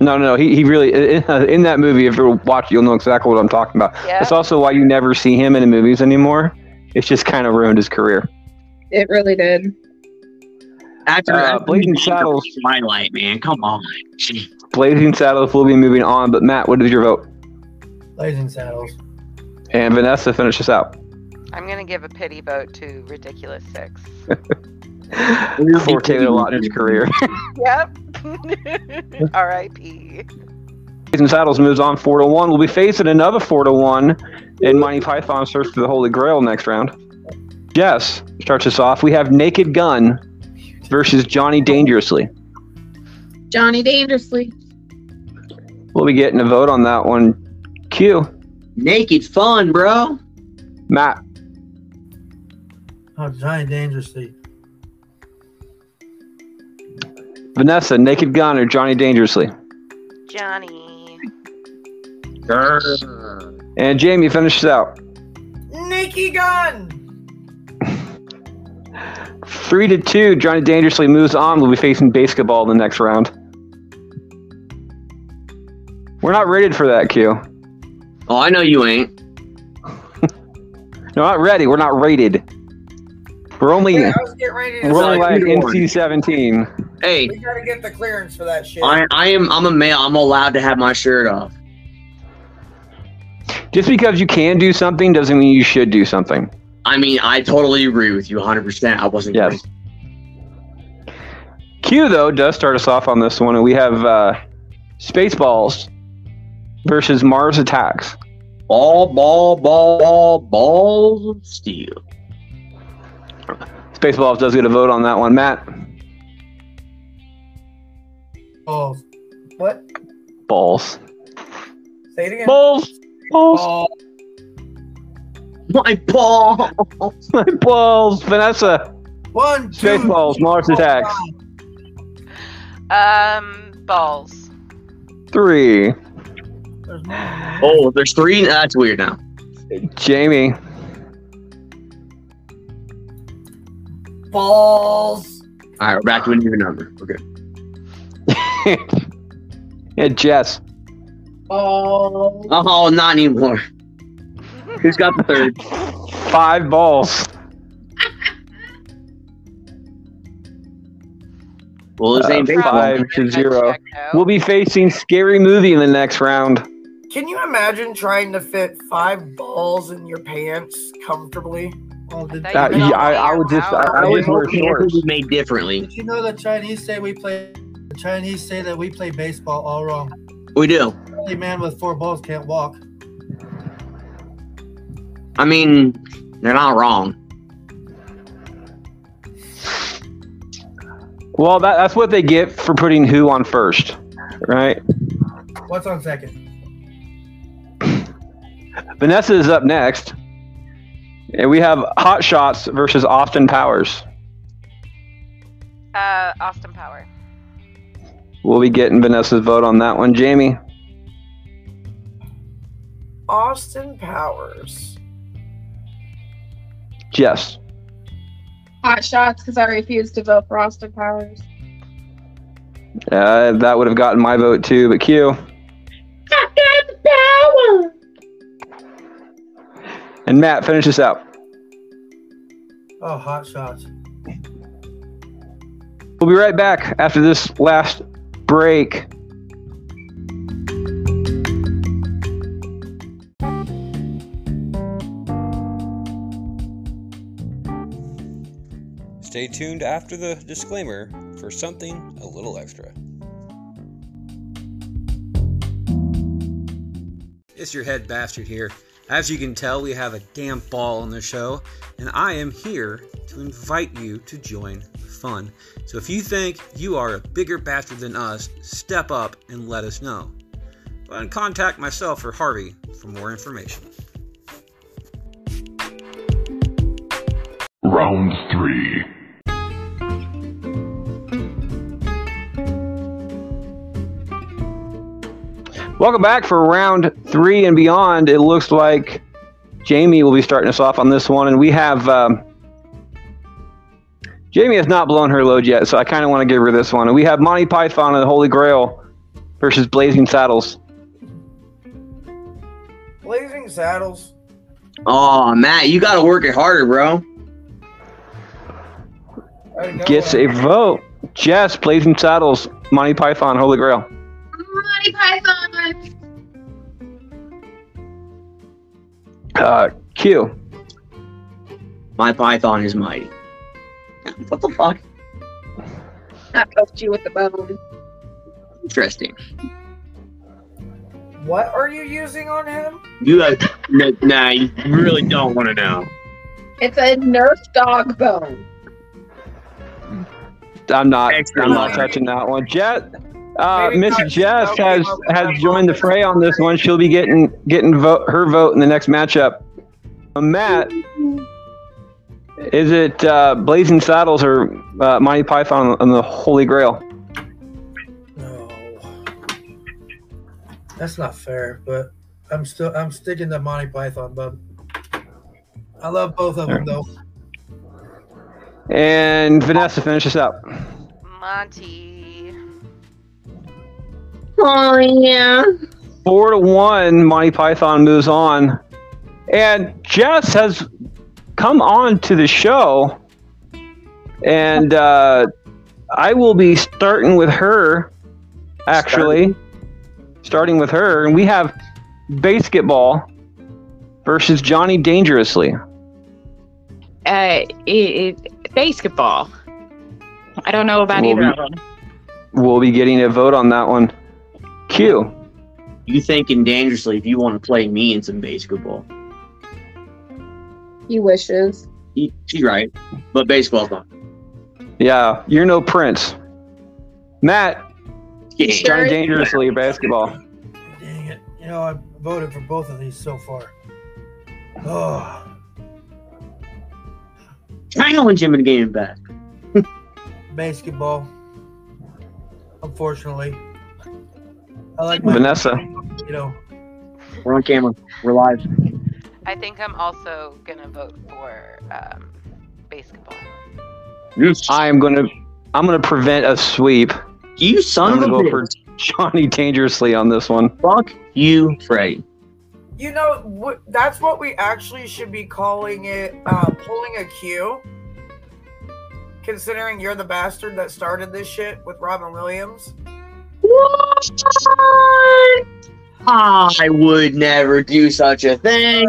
Speaker 1: no, no, no. He, he really in, uh, in that movie. If you watch, it, you'll know exactly what I'm talking about. That's also why you never see him in the movies anymore. It's just kind of ruined his career.
Speaker 5: It really did.
Speaker 4: After,
Speaker 1: Uh,
Speaker 4: after
Speaker 1: Blazing
Speaker 4: the
Speaker 1: Saddles.
Speaker 4: Twilight, man, come on. Jeez.
Speaker 1: Blazing Saddles will be moving on, but Matt, what is your vote?
Speaker 6: Blazing Saddles.
Speaker 1: And Vanessa finishes out.
Speaker 7: I'm gonna give a pity vote to Ridiculous Six.
Speaker 1: for Taylor Lautner's career.
Speaker 7: Yep. R.I.P.
Speaker 1: Jason Saddles moves on four to one. We'll be facing another four to one in Monty Python Search for the Holy Grail next round. Jess starts us off. We have Naked Gun versus Johnny Dangerously.
Speaker 5: Johnny Dangerously.
Speaker 1: We'll be getting a vote on that one. Q.
Speaker 4: Naked fun, bro.
Speaker 1: Matt.
Speaker 6: Oh, Johnny Dangerously.
Speaker 1: Vanessa, Naked Gun or Johnny Dangerously?
Speaker 7: Johnny.
Speaker 1: And Jamie finishes out.
Speaker 2: Nikki Gun!
Speaker 1: Three to two. Johnny Dangerously moves on. We'll be facing basketball in the next round. We're not rated for that, Q.
Speaker 4: Oh, I know you ain't.
Speaker 1: No, not ready. We're not rated. We're only
Speaker 2: Yeah, I was getting ready to
Speaker 1: we're only
Speaker 2: say,
Speaker 1: like
Speaker 4: Either one.
Speaker 1: NC seventeen.
Speaker 4: Hey,
Speaker 2: we gotta get the clearance for that shit.
Speaker 4: I, I am. I'm a male. I'm allowed to have my shirt off.
Speaker 1: Just because you can do something doesn't mean you should do something.
Speaker 4: I mean, I totally agree with you 100%. I wasn't.
Speaker 1: Yes.
Speaker 4: crazy.
Speaker 1: Q though does start us off on this one, and we have uh, Spaceballs versus Mars Attacks.
Speaker 4: Ball, ball, ball, ball, balls of steel.
Speaker 1: Spaceballs does get a vote on that one, Matt.
Speaker 6: Oh,
Speaker 2: What?
Speaker 1: Balls.
Speaker 2: Say it again.
Speaker 1: Balls. Balls.
Speaker 6: oh,
Speaker 4: My ball.
Speaker 1: My balls. Vanessa.
Speaker 6: one, two,
Speaker 1: Spaceballs. Mars Attacks.
Speaker 7: Um, balls.
Speaker 1: Three.
Speaker 6: There's more.
Speaker 4: Oh, there's three. That's weird now.
Speaker 1: Jamie.
Speaker 2: Balls.
Speaker 4: All right, we're back to an even number. We're good.
Speaker 1: and Jess.
Speaker 2: Balls.
Speaker 4: Oh, not anymore. Who's got the third?
Speaker 1: Five balls.
Speaker 4: Well, this
Speaker 1: Uh,
Speaker 4: ain't baseball.
Speaker 1: five to zero.
Speaker 7: Check
Speaker 12: uh,
Speaker 7: no.
Speaker 1: We'll be facing Scary Movie in the next round.
Speaker 2: Can you imagine trying to fit five balls in your pants comfortably?
Speaker 6: Oh, did,
Speaker 7: That-
Speaker 1: Uh,
Speaker 7: you
Speaker 1: yeah,
Speaker 7: know,
Speaker 1: I, I would just, I, I
Speaker 4: I
Speaker 1: would
Speaker 4: was
Speaker 1: wear
Speaker 4: hoping it
Speaker 1: shorts.
Speaker 4: was made differently.
Speaker 6: did you know the Chinese say we play? The Chinese say that we play baseball all wrong.
Speaker 4: We do.
Speaker 6: Only man with four balls can't walk.
Speaker 4: I mean, they're not wrong.
Speaker 1: Well, that, that's what they get for putting who on first, right?
Speaker 6: What's on second?
Speaker 1: Vanessa is up next. And we have Hot Shots versus Austin Powers.
Speaker 12: Uh, Austin Power.
Speaker 1: We'll be getting Vanessa's vote on that one. Jamie,
Speaker 2: Austin Powers.
Speaker 1: Jess,
Speaker 5: Hot shots because I refuse to vote for Austin Powers.
Speaker 1: uh, that would have gotten my vote too, but Q.
Speaker 5: Power.
Speaker 1: And Matt, finish this out.
Speaker 6: Oh, hot shots.
Speaker 1: We'll be right back after this last break.
Speaker 10: Stay tuned after the disclaimer for something a little extra. It's your head bastard here. As you can tell, we have a damn ball on the show, and I am here to invite you to join the fun. So if you think you are a bigger bastard than us, step up and let us know. Go ahead and contact myself or Harvey for more information.
Speaker 11: Round three.
Speaker 1: Welcome back for round three and beyond. It looks like Jamie will be starting us off on this one, and we have um, Jamie has not blown her load yet, so I kind of want to give her this one. And we have Monty Python and the Holy Grail versus Blazing Saddles.
Speaker 2: Blazing Saddles.
Speaker 4: Oh, Matt, you gotta work it harder, bro.
Speaker 1: Gets a vote. Jess, Blazing Saddles, Monty Python, Holy Grail.
Speaker 5: Monty Python.
Speaker 1: Uh, Q.
Speaker 4: My Python is mighty. What the fuck?
Speaker 5: Not poked you with the bone.
Speaker 4: Interesting.
Speaker 2: What are you using on him?
Speaker 4: You guys, n- nah, you really don't want to know.
Speaker 5: It's a Nerf dog bone.
Speaker 1: I'm not. I'm not touching that one. Jet, uh, Miss Jess has has joined the fray on this one. She'll be getting getting vote her vote in the next matchup. Uh, Matt, is it uh, Blazing Saddles or uh, Monty Python and the Holy Grail?
Speaker 6: That's not fair, but I'm still I'm sticking to Monty Python, bub. I love both of them though.
Speaker 1: And Vanessa, finish this up.
Speaker 12: Monty.
Speaker 5: Oh yeah.
Speaker 1: Four to one, Monty Python moves on, and Jess has come on to the show, and uh, I will be starting with her. Actually, starting with her, and we have basketball versus Johnny Dangerously.
Speaker 8: Uh, it, it, basketball. I don't know about
Speaker 1: Well,
Speaker 8: either
Speaker 1: we-
Speaker 8: of them.
Speaker 1: We'll be getting a vote on that one. Q.
Speaker 4: You thinking dangerously if you want to play me in some basketball.
Speaker 5: He wishes.
Speaker 4: He, she's right, but baseball's not.
Speaker 1: Yeah, you're no Prince. Matt,
Speaker 4: Yeah.
Speaker 1: Johnny Dangerously basketball.
Speaker 6: Dang it. You know, I voted for both of these so far. Oh,
Speaker 4: Challenge him in a game of basketball.
Speaker 6: basketball. Unfortunately. I like my,
Speaker 4: Vanessa.
Speaker 6: you know,
Speaker 4: We're on camera. We're live.
Speaker 12: I think I'm also gonna vote for um, basketball.
Speaker 4: Uh,
Speaker 1: I am gonna I'm gonna prevent a sweep.
Speaker 4: You son
Speaker 1: I'm
Speaker 4: of
Speaker 1: gonna
Speaker 4: a
Speaker 1: go for Johnny Dangerously on this one.
Speaker 4: Fuck you, Freddy.
Speaker 2: You know, wh- that's what we actually should be calling it uh, pulling a cue. Considering you're the bastard that started this shit with Robin Williams.
Speaker 4: What? I would never do such a thing.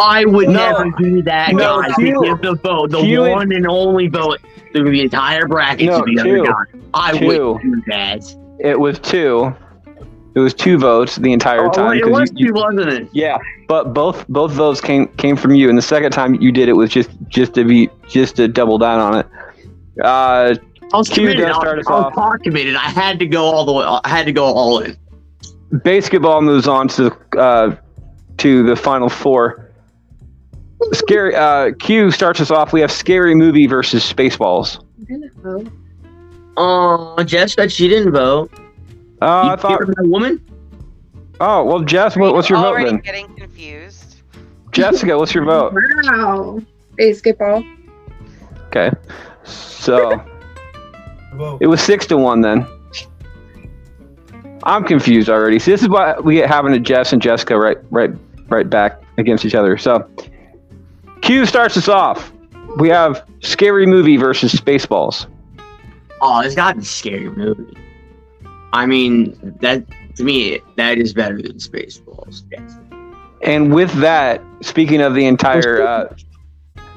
Speaker 4: I would
Speaker 1: No.
Speaker 4: never do that,
Speaker 1: No,
Speaker 4: guys.
Speaker 1: Q-
Speaker 4: to give the vote, the
Speaker 1: Q is-
Speaker 4: one and only vote through the entire bracket
Speaker 1: No,
Speaker 4: to the
Speaker 1: two.
Speaker 4: other guy. I
Speaker 1: Two.
Speaker 4: would do that.
Speaker 1: It was two. It was two votes the entire
Speaker 4: Oh,
Speaker 1: time.
Speaker 4: it
Speaker 1: 'cause
Speaker 4: was
Speaker 1: you-
Speaker 4: two, wasn't it?
Speaker 1: Yeah, but both both votes came came from you, and the second time you did it was just just to be just to double down on it. Uh,
Speaker 4: I was
Speaker 1: Q
Speaker 4: committed.
Speaker 1: does
Speaker 4: I
Speaker 1: start
Speaker 4: was,
Speaker 1: us
Speaker 4: I was
Speaker 1: off.
Speaker 4: hard committed. I had to go all the way. I had to go all in.
Speaker 1: basketball moves on to uh, to the final four. Scary uh, Q starts us off. We have scary movie versus Spaceballs.
Speaker 4: Oh, Jess said she didn't vote.
Speaker 1: Oh, I thought
Speaker 4: woman.
Speaker 1: Oh well, Jess, what, what's your vote
Speaker 12: Already
Speaker 1: then?
Speaker 12: getting confused.
Speaker 1: Jessica, what's your vote?
Speaker 5: Wow. Basketball.
Speaker 1: Okay, so it was six to one then. I'm confused already. See, this is why we get having a Jess and Jessica right, right, right back against each other. So Q starts us off. We have scary movie versus Spaceballs.
Speaker 4: Oh, it's got to be scary movie. I mean, that to me that is better than Spaceballs. Yes.
Speaker 1: And with that, speaking of the entire uh,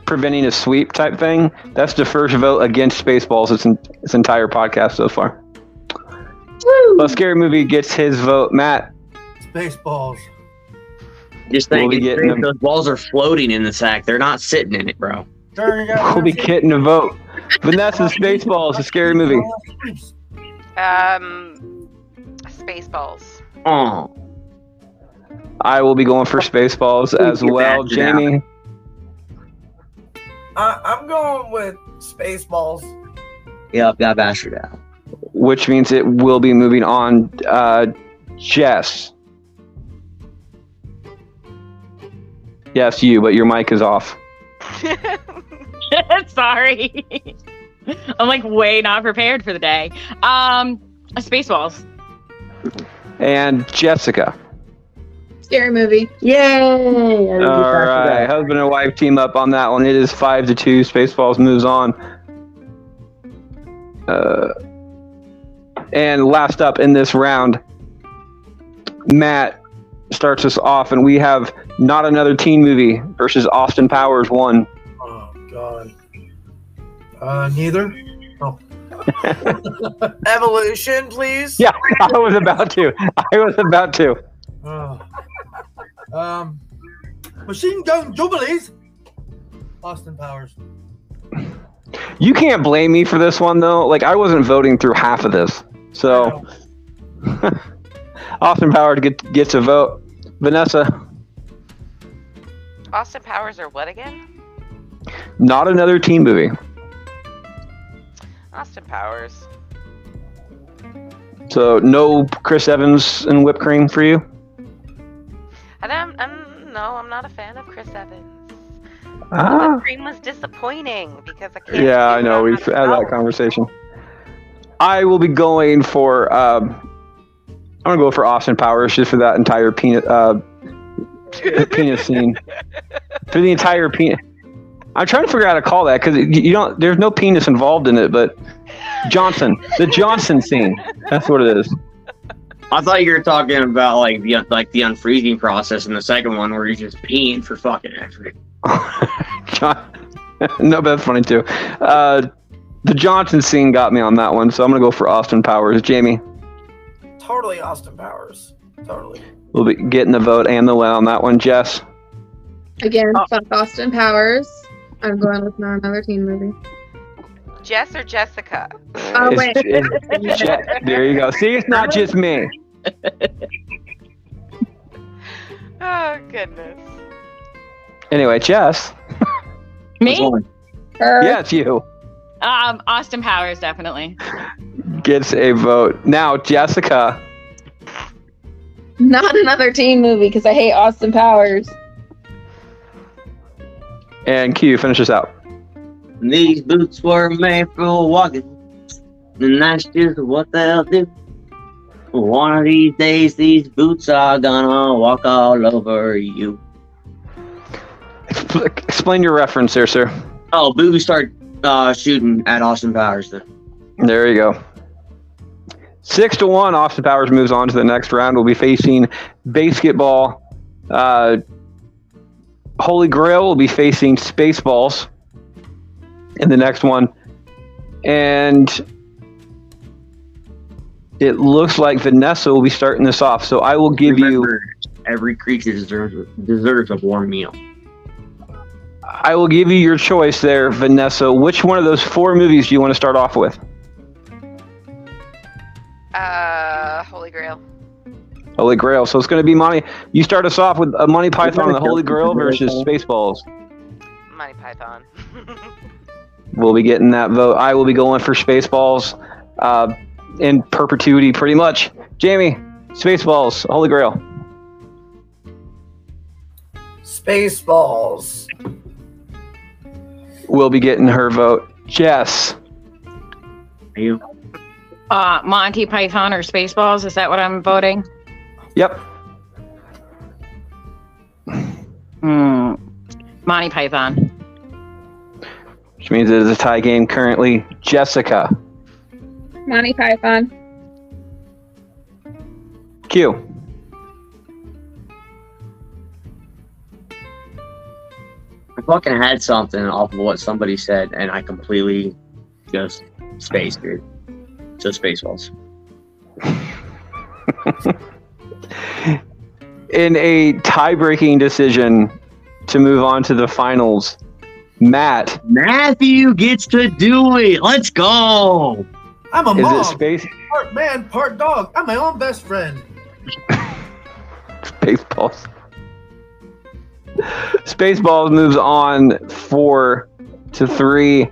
Speaker 1: preventing a sweep type thing, that's the first vote against Spaceballs its, en- its entire podcast so far. Well, Scary Movie gets his vote. Matt,
Speaker 6: Spaceballs.
Speaker 4: Just
Speaker 1: We'll
Speaker 4: think,
Speaker 1: be getting them.
Speaker 4: those balls are floating in the sack. They're not sitting in it, bro.
Speaker 6: Darn, you got
Speaker 1: we'll be getting a vote. Vanessa's Spaceballs, a scary movie.
Speaker 12: Um, Spaceballs.
Speaker 4: Oh.
Speaker 1: I will be going for Spaceballs as
Speaker 2: Get
Speaker 1: well,
Speaker 2: that shit out.
Speaker 1: Jamie.
Speaker 2: I, uh, I'm going with Spaceballs.
Speaker 4: Yep, got bastard out.
Speaker 1: Which means it will be moving on. Uh, Jess. Yes, you, but your mic is off.
Speaker 8: Sorry. I'm like way not prepared for the day. Um, Spaceballs.
Speaker 1: And Jessica.
Speaker 5: Scary movie.
Speaker 4: Yay!
Speaker 1: All right, husband and wife team up on that one. It is five to two. Spaceballs moves on. Uh, and last up in this round, Matt starts us off, and we have not another teen movie versus Austin Powers one.
Speaker 6: Oh God. Uh, neither. Oh.
Speaker 2: Evolution, please.
Speaker 1: Yeah, I was about to. I was about to.
Speaker 6: Oh. Um, machine gun jubilees. Austin Powers.
Speaker 1: You can't blame me for this one though. Like I wasn't voting through half of this, so Austin Powers get, gets a vote. Vanessa.
Speaker 12: Austin Powers or what again?
Speaker 1: Not another teen movie.
Speaker 12: Austin Powers.
Speaker 1: So no Chris Evans and whipped cream for you.
Speaker 12: And I'm, I'm no, I'm not a fan of Chris Evans.
Speaker 1: Ah.
Speaker 12: The cream was disappointing because I can't.
Speaker 1: Yeah, I know. We've had that conversation. I will be going for. Um, I'm gonna go for Austin Powers just for that entire penis uh, penis scene. For the entire penis. I'm trying to figure out how to call that because you don't. There's no penis involved in it, but Johnson, the Johnson scene. That's what it is.
Speaker 4: I thought you were talking about like the like the unfreezing process in the second one where you're just peeing for fucking effort.
Speaker 1: John- no, but that's funny too. Uh, the Johnson scene got me on that one, so I'm gonna go for Austin Powers. Jamie
Speaker 2: Totally Austin Powers. Totally.
Speaker 1: will be getting the vote and the win on that one. Jess,
Speaker 5: Again, fuck Austin Powers. I'm going with not another teen movie.
Speaker 12: Jess or Jessica?
Speaker 5: Oh
Speaker 1: It's-
Speaker 5: wait.
Speaker 1: it's Je- there you go. See, it's not just me.
Speaker 12: Oh goodness.
Speaker 1: Anyway, Jess.
Speaker 8: Me?
Speaker 5: Er, Uh,
Speaker 1: Yeah, it's you.
Speaker 8: Um, Austin Powers definitely.
Speaker 1: Gets a vote now. Jessica.
Speaker 5: Not another teen movie because I hate Austin Powers.
Speaker 1: And Q, finish this out.
Speaker 4: These boots were made for walking, and that's just what they'll do. One of these days, these boots are gonna walk all over you.
Speaker 1: Expl- Explain your reference there, sir.
Speaker 4: Oh, Booby start uh, shooting at Austin Powers. Then.
Speaker 1: There you go. Six to one, Austin Powers moves on to the next round. We'll be facing basketball. Uh, Holy Grail will be facing Spaceballs in the next one. And it looks like Vanessa will be starting this off. So I will give you
Speaker 4: Every creature deserves deserves a warm meal.
Speaker 1: I will give you your choice there, Vanessa. Which one of those four movies do you want to start off with?
Speaker 12: Uh, Holy Grail.
Speaker 1: Holy Grail. So it's going to be money. You start us off with a Money Python and the Holy Grail versus Spaceballs.
Speaker 12: Monty Python.
Speaker 1: We'll be getting that vote. I will be going for Spaceballs uh, in perpetuity, pretty much. Jamie, Spaceballs, Holy Grail.
Speaker 2: Spaceballs.
Speaker 1: We'll be getting her vote. Jess. You.
Speaker 8: Uh, Monty Python or Spaceballs? Is that what I'm voting?
Speaker 1: Yep.
Speaker 8: Hmm. Monty Python.
Speaker 1: Which means it is a tie game currently. Jessica.
Speaker 5: Monty Python.
Speaker 1: Q.
Speaker 4: I fucking had something off of what somebody said, and I completely just spaced it. So spaceballs.
Speaker 1: In a tie breaking decision to move on to the finals, Matt.
Speaker 4: Matthew gets to do it. Let's go.
Speaker 6: I'm a
Speaker 1: Is
Speaker 6: mom.
Speaker 1: it space
Speaker 6: Part man, part dog. I'm my own best friend.
Speaker 1: Spaceballs. Spaceballs moves on four to three.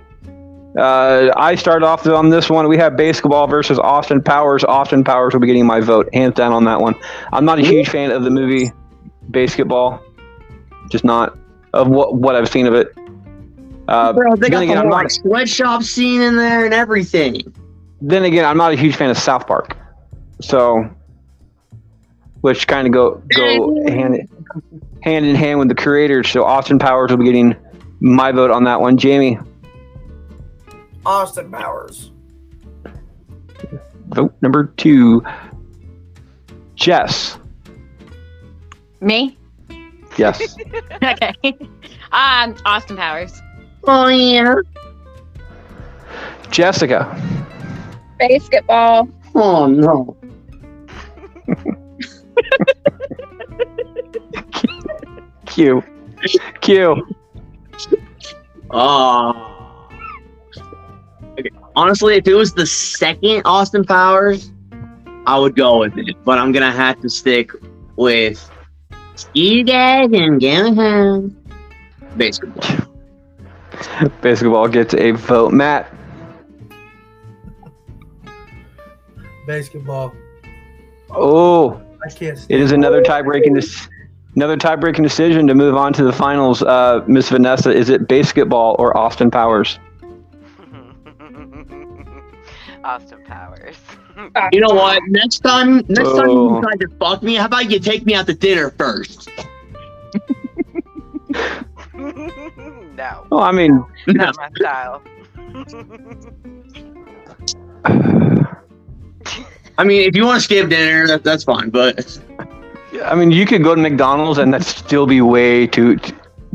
Speaker 1: Uh, I start off on this one. We have basketball versus Austin Powers. Austin Powers will be getting my vote, hands down on that one. I'm not a huge fan of the movie Basketball, just not of what what I've seen of it. Uh,
Speaker 4: Bro,
Speaker 1: then
Speaker 4: they got
Speaker 1: again,
Speaker 4: the
Speaker 1: I'm
Speaker 4: whole,
Speaker 1: not-
Speaker 4: like, sweatshop scene in there and everything.
Speaker 1: then again, I'm not a huge fan of South Park, so which kind of go go hand hand in hand with the creators. So Austin Powers will be getting my vote on that one. Jamie,
Speaker 2: Austin Powers.
Speaker 1: vote number two. Jess,
Speaker 8: Me?
Speaker 1: yes,
Speaker 8: okay. Um, Austin Powers.
Speaker 4: Oh yeah.
Speaker 1: Jessica,
Speaker 5: Basketball.
Speaker 4: Oh no.
Speaker 1: Q, Q.
Speaker 4: Oh. Okay. Honestly, if it was the second Austin Powers, I would go with it. But I'm gonna have to stick with you guys and go home. Basketball.
Speaker 1: Basketball gets a vote. Matt,
Speaker 6: Basketball.
Speaker 1: oh,
Speaker 6: I can't.
Speaker 1: it is another tie breaking this. Another tie-breaking decision to move on to the finals. Uh, Miss Vanessa, is it basketball or Austin Powers?
Speaker 12: Austin Powers.
Speaker 4: You know what? Next time, next time
Speaker 1: Oh.
Speaker 4: you decide to fuck me, how about you take me out to dinner first?
Speaker 12: no.
Speaker 1: Well, I mean,
Speaker 12: Not my style.
Speaker 4: I mean, if you want to skip dinner, that, that's fine. But
Speaker 1: I mean, you could go to McDonald's and that'd still be way too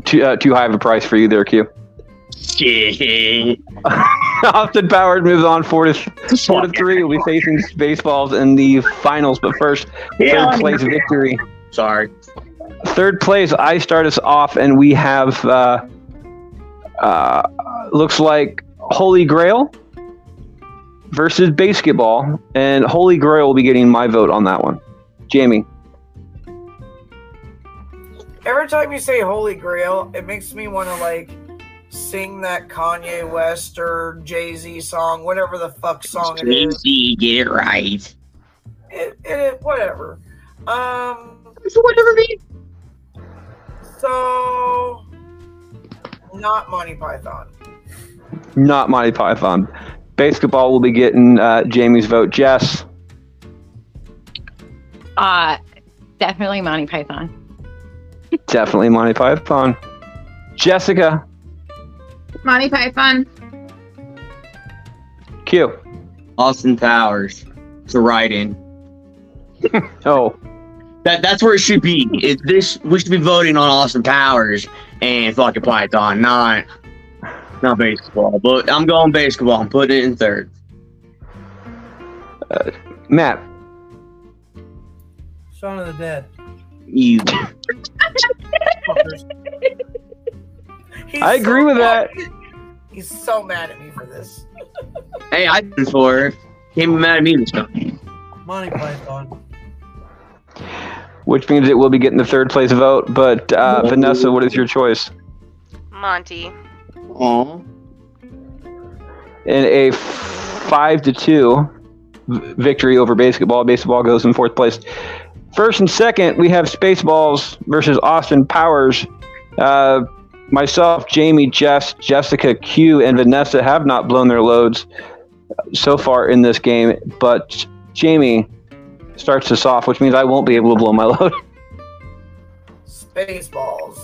Speaker 1: too, uh, too high of a price for you there, Q.
Speaker 4: shit.
Speaker 1: Austin Powers moves on four to four to three. We'll be facing Spaceballs in the finals, but first,
Speaker 4: Yeah.
Speaker 1: third place victory.
Speaker 4: Sorry.
Speaker 1: Third place, I start us off, and we have uh, uh, looks like Holy Grail versus Basketball, and Holy Grail will be getting my vote on that one. Jamie,
Speaker 2: Every time you say Holy Grail, it makes me want to like sing that Kanye West or Jay Z song, whatever the fuck song it is.
Speaker 4: Easy, get it right.
Speaker 2: It, it, whatever. Um.
Speaker 4: whatever
Speaker 2: So, not Monty Python.
Speaker 1: not Monty Python. Basketball will be getting uh, Jamie's vote. Jess.
Speaker 8: Uh, definitely Monty Python.
Speaker 1: Definitely Monty Python. Jessica
Speaker 5: Monty Python.
Speaker 1: Q.
Speaker 4: Austin Powers. It's a write-in.
Speaker 1: Oh,
Speaker 4: That that's where it should be. It, this we should be voting on Austin Powers and fucking Python, not not baseball. But I'm going basketball. I'm putting it in third.
Speaker 1: Matt.
Speaker 6: Shaun of the Dead.
Speaker 4: You.
Speaker 6: Fuckers.
Speaker 2: He's
Speaker 1: I agree with that.
Speaker 2: He's so mad at me for this.
Speaker 4: Hey, I voted for it. Can't be mad at me this time.
Speaker 6: Monty Python.
Speaker 1: which means it will be getting the third place vote. But uh, Vanessa, what is your choice?
Speaker 12: Monty.
Speaker 1: In a f- five to two v- victory over basketball, baseball goes in fourth place. First and second, we have Spaceballs versus Austin Powers. Uh, myself, Jamie, Jess, Jessica, Q, and Vanessa have not blown their loads so far in this game, but Jamie starts us off, which means I won't be able to blow my load.
Speaker 2: Spaceballs.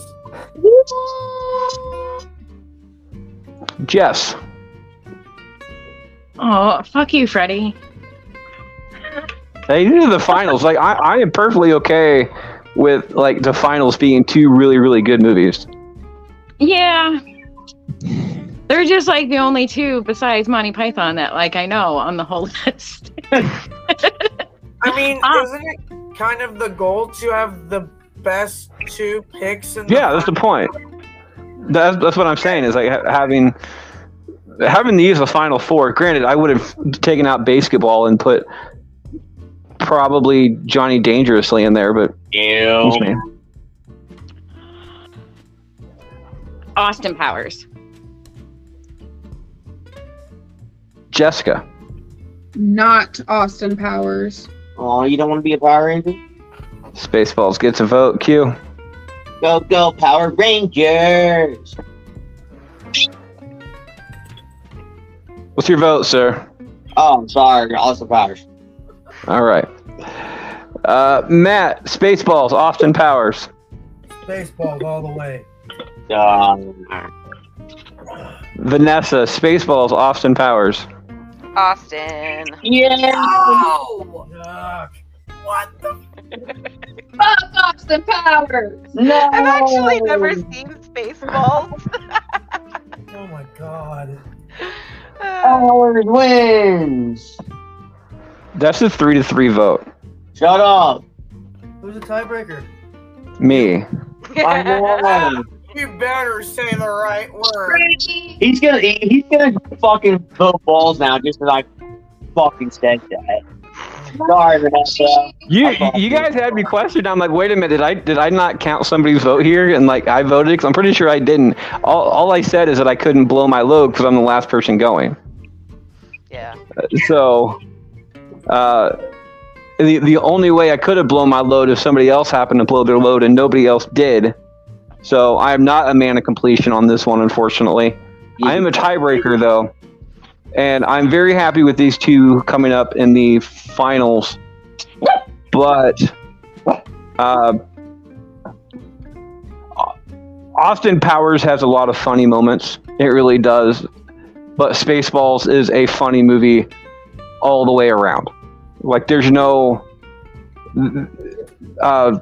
Speaker 1: Jess,
Speaker 8: Oh, fuck you, Freddy.
Speaker 1: hey, these are the finals. Like I, I am perfectly okay with like the finals being two really, really good movies.
Speaker 8: Yeah. They're just like the only two besides Monty Python that like I know on the whole list.
Speaker 2: I mean, isn't it kind of the goal to have the best two picks in the
Speaker 1: Yeah, that's the point. That's, that's what I'm saying is like ha- having having these the final four. Granted, I would have taken out basketball and put probably Johnny Dangerously in there, but
Speaker 4: Oh.
Speaker 1: Excuse me.
Speaker 8: Austin Powers.
Speaker 1: Jessica.
Speaker 5: Not Austin Powers.
Speaker 4: Oh, you don't want to be a Power Ranger?
Speaker 1: Spaceballs gets a vote. Q.
Speaker 4: Go, go, Power Rangers!
Speaker 1: What's your vote, sir?
Speaker 4: Oh, I'm sorry, Austin Powers.
Speaker 1: All right. Uh, Matt, Spaceballs, Austin Powers.
Speaker 6: Baseball all the way.
Speaker 1: Vanessa, Spaceballs, Austin Powers.
Speaker 12: Austin.
Speaker 8: Yeah.
Speaker 2: No. What the?
Speaker 5: Fuck Austin Powers.
Speaker 4: No.
Speaker 12: I've actually
Speaker 4: Oh.
Speaker 12: never seen Spaceballs.
Speaker 6: Oh my god.
Speaker 4: Powers wins!
Speaker 1: That's a three to three vote.
Speaker 4: Shut up!
Speaker 6: Who's a tiebreaker?
Speaker 1: Me.
Speaker 4: I know.
Speaker 2: You better say the right word.
Speaker 4: He's gonna, he- he's gonna fucking vote balls now just because I fucking said that. Sorry, Vanessa.
Speaker 1: You you guys had me questioned. I'm like, wait a minute, did I did I not count somebody's vote here? And like, I voted because I'm pretty sure I didn't. All, all I said is that I couldn't blow my load because I'm the last person going.
Speaker 12: Yeah.
Speaker 1: So, uh, the the only way I could have blown my load if somebody else happened to blow their load and nobody else did. So I am not a man of completion on this one, unfortunately. I am a tiebreaker though, and I'm very happy with these two coming up in the finals. But uh, Austin Powers has a lot of funny moments. It really does. But Spaceballs is a funny movie all the way around. Like there's no uh,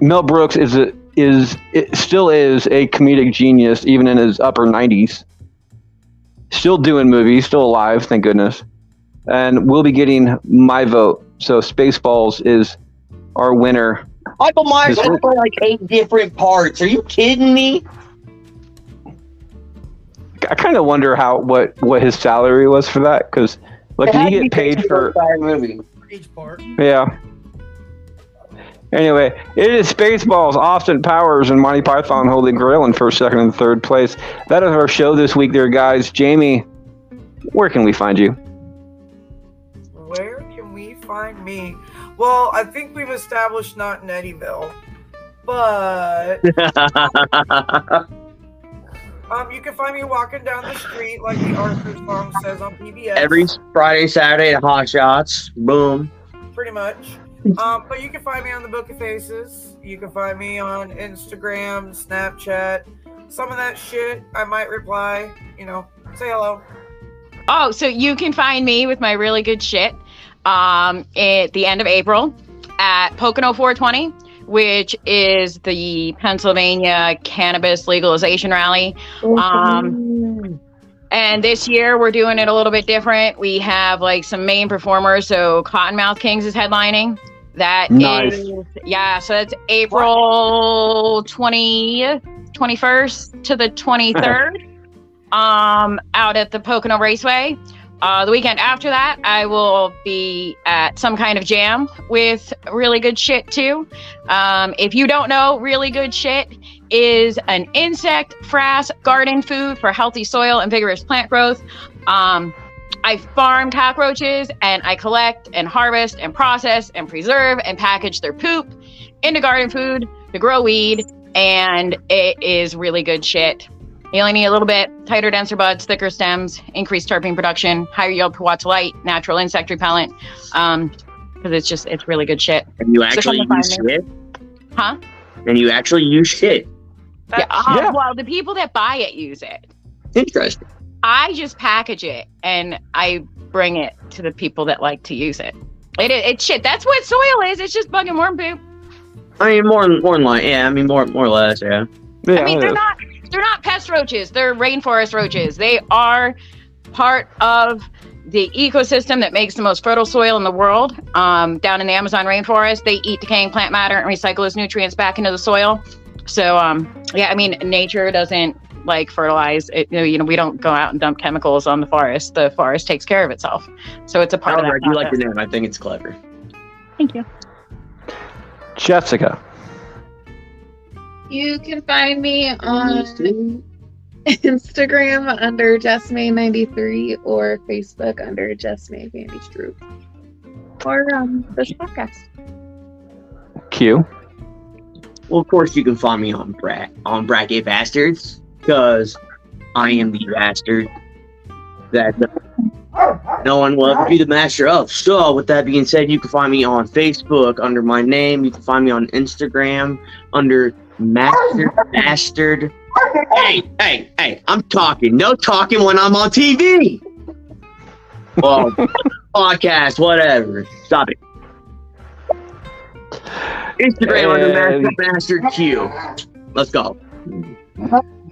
Speaker 1: Mel Brooks is a, is it still is a comedic genius even in his upper 90s. Still doing movies, still alive, thank goodness. And we'll be getting my vote. So Spaceballs is our winner.
Speaker 4: Michael Myers
Speaker 1: This
Speaker 4: had to
Speaker 1: one-
Speaker 4: play like eight different parts. Are you kidding me?
Speaker 1: I kind of wonder how what what his salary was for that because like
Speaker 4: It
Speaker 1: did
Speaker 4: had
Speaker 1: he
Speaker 4: to be
Speaker 1: get paid
Speaker 4: based on the
Speaker 1: for
Speaker 4: entire movie.
Speaker 6: Each part.
Speaker 1: yeah. Anyway, it is Spaceballs, Austin Powers, and Monty Python Holy Grail in first, second, and third place. That is our show this week, there, guys. Jamie, where can we find you?
Speaker 2: Where can we find me? Well, I think we've established not in Eddyville, but um, you can find me walking down the street like the Arthur song says on PBS.
Speaker 4: Every Friday, Saturday at Hot Shots. Boom.
Speaker 2: pretty much. Um, but you can find me on the Book of Faces. You can find me on Instagram, Snapchat, some of that shit. I might reply. You know, say hello.
Speaker 8: Oh, so you can find me with my really good shit um, at the end of April at Pocono 420, which is the Pennsylvania cannabis legalization rally. Um, and this year we're doing it a little bit different. We have like some main performers. So Cottonmouth Kings is headlining. That is
Speaker 13: Nice.
Speaker 8: yeah. So that's April 20th, 21st to the 23rd um, out at the Pocono Raceway. Uh, the weekend after that, I will be at some kind of jam with really good shit too. Um, if you don't know, really good shit is an insect frass garden food for healthy soil and vigorous plant growth. Um, I farm cockroaches and I collect and harvest and process and preserve and package their poop into garden food to grow weed, and it is really good shit. You only need a little bit tighter, denser buds, thicker stems, increased terpene production, higher yield per watt to light, natural insect repellent. Um, because it's just it's really good shit.
Speaker 4: And you
Speaker 8: So come
Speaker 4: actually
Speaker 8: to find
Speaker 4: use
Speaker 8: me.
Speaker 4: shit?
Speaker 8: Huh?
Speaker 4: And you actually use shit.
Speaker 8: Yeah, uh,
Speaker 4: Yeah.
Speaker 8: Well, the people that buy it use it.
Speaker 4: Interesting.
Speaker 8: I just package it and I bring it to the people that like to use it. It is it's shit. That's what soil is. It's just bug and worm poop.
Speaker 4: I mean, more more than like, yeah. I mean, more more or less, yeah.
Speaker 8: I mean, they're not they're not pest roaches. They're rainforest roaches. They are part of the ecosystem that makes the most fertile soil in the world. Um, down in the Amazon rainforest, they eat decaying plant matter and recycle those nutrients back into the soil. So, um, yeah, I mean, nature doesn't like fertilize. It, you know, we don't go out and dump chemicals on the forest. The forest takes care of itself. So it's a part
Speaker 4: However, I
Speaker 8: of that.
Speaker 4: do like the
Speaker 8: process.
Speaker 4: name. I think it's clever.
Speaker 8: Thank you.
Speaker 1: Jessica.
Speaker 5: You can find me on Instagram under JessMay93 or Facebook under JessMay93 or um, this podcast.
Speaker 1: Q.
Speaker 4: Well, of course, you can find me on Bra- on Bracket Bastards because I am the bastard that no one will ever be the master of. So, with that being said, you can find me on Facebook under my name. You can find me on Instagram under Master Bastard. Hey, hey, hey! I'm talking. No talking when I'm on TV. Well, podcast, whatever. Stop it. Instagram under Master
Speaker 1: And-
Speaker 4: Bastard Q. Let's go.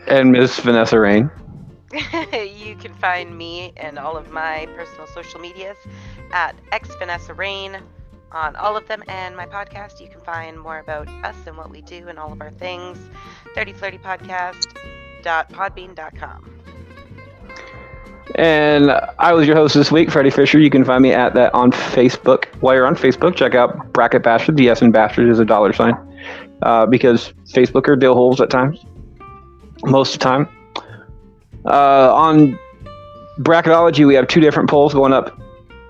Speaker 1: And Miss Vanessa Rain.
Speaker 12: you can find me and all of my personal social medias at X Vanessa Rain on all of them and my podcast. You can find more about us and what we do and all of our things. 30flirtypodcast.podbean.com.
Speaker 1: And I was your host this week, Freddie Fisher. You can find me at that on Facebook. While you're on Facebook, check out Bracket Bastard. The S in Bastard is a dollar sign uh, because Facebook are dill holes at times, most of the time. Uh, on bracketology, we have two different polls going up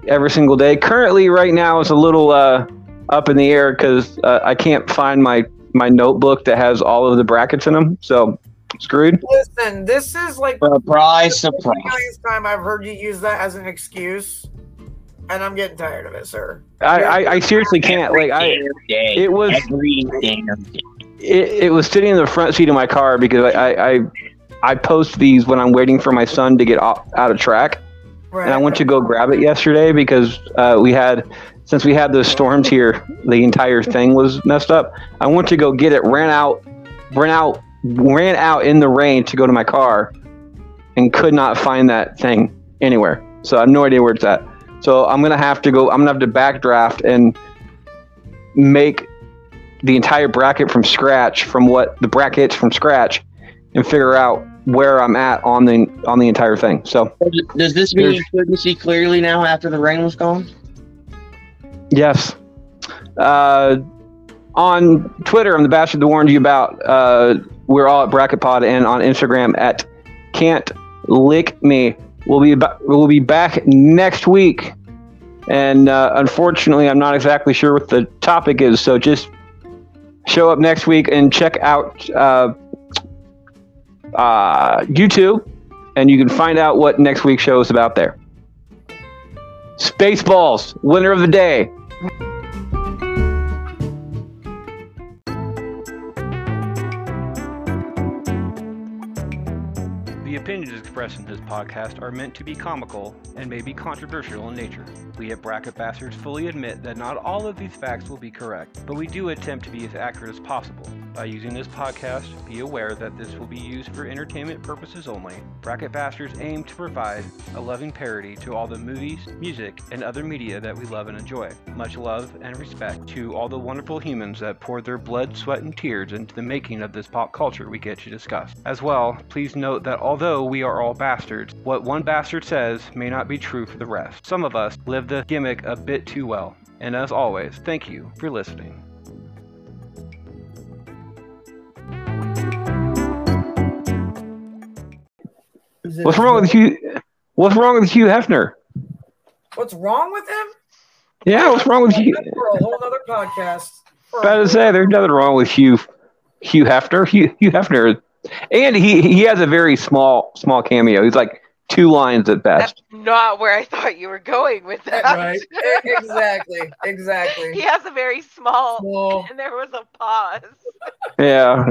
Speaker 1: every single day. Currently, right now, it's a little uh, up in the air because uh, I can't find my my notebook that has all of the brackets in them. So screwed.
Speaker 2: Listen, this is like
Speaker 4: Surprise,
Speaker 2: the
Speaker 4: surprise.
Speaker 2: highest time I've heard you use that as an excuse, and I'm getting tired of it, sir.
Speaker 1: I, I, I seriously can't. Like I, it was it, it was sitting in the front seat of my car because I I, I I post these when I'm waiting for my son to get o- out of track, and I went to go grab it yesterday because uh, we had since we had those storms here, the entire thing was messed up. I went to go get it, ran out, ran out, ran out in the rain to go to my car, and could not find that thing anywhere. So I have no idea where it's at. So I'm gonna have to go. I'm gonna have to backdraft and make the entire bracket from scratch from what the brackets from scratch and figure out where I'm at on the on the entire thing. So
Speaker 4: Does this mean you couldn't see clearly now after the rain was gone?
Speaker 1: yes. Uh, on Twitter, I'm the bastard that warned you about. Uh, we're all at Bracket Pod and on Instagram at Can't Lick Me. We'll be ba- we'll be back next week, and uh, unfortunately, I'm not exactly sure what the topic is. So just show up next week and check out uh, uh, YouTube, and you can find out what next week's show is about there. Spaceballs, winner of the day.
Speaker 14: The opinions expressed in this podcast are meant to be comical and may be controversial in nature. We at Bracket Bastards fully admit that not all of these facts will be correct, but we do attempt to be as accurate as possible.
Speaker 1: By using this podcast, be aware that this will be used for entertainment purposes only. Bracket Bastards aim to provide a loving parody to all the movies, music, and other media that we love and enjoy. Much love and respect to all the wonderful humans that poured their blood, sweat, and tears into the making of this pop culture we get to discuss. As well, please note that although we are all bastards, what one bastard says may not be true for the rest. Some of us live the gimmick a bit too well. And as always, thank you for listening.
Speaker 6: What's wrong with Hugh? What's wrong with Hugh Hefner?
Speaker 2: What's wrong with him?
Speaker 6: Yeah, what's wrong with Hugh?
Speaker 2: That's for a whole nother podcast.
Speaker 6: About to say, there's nothing wrong with Hugh. Hugh Hefner. Hugh, Hugh Hefner, and he he has a very small small cameo. He's like two lines at best.
Speaker 7: Not where I thought you were going with that.
Speaker 2: Right. E- exactly. Exactly.
Speaker 7: he has a very small, and there was a pause.
Speaker 6: Yeah,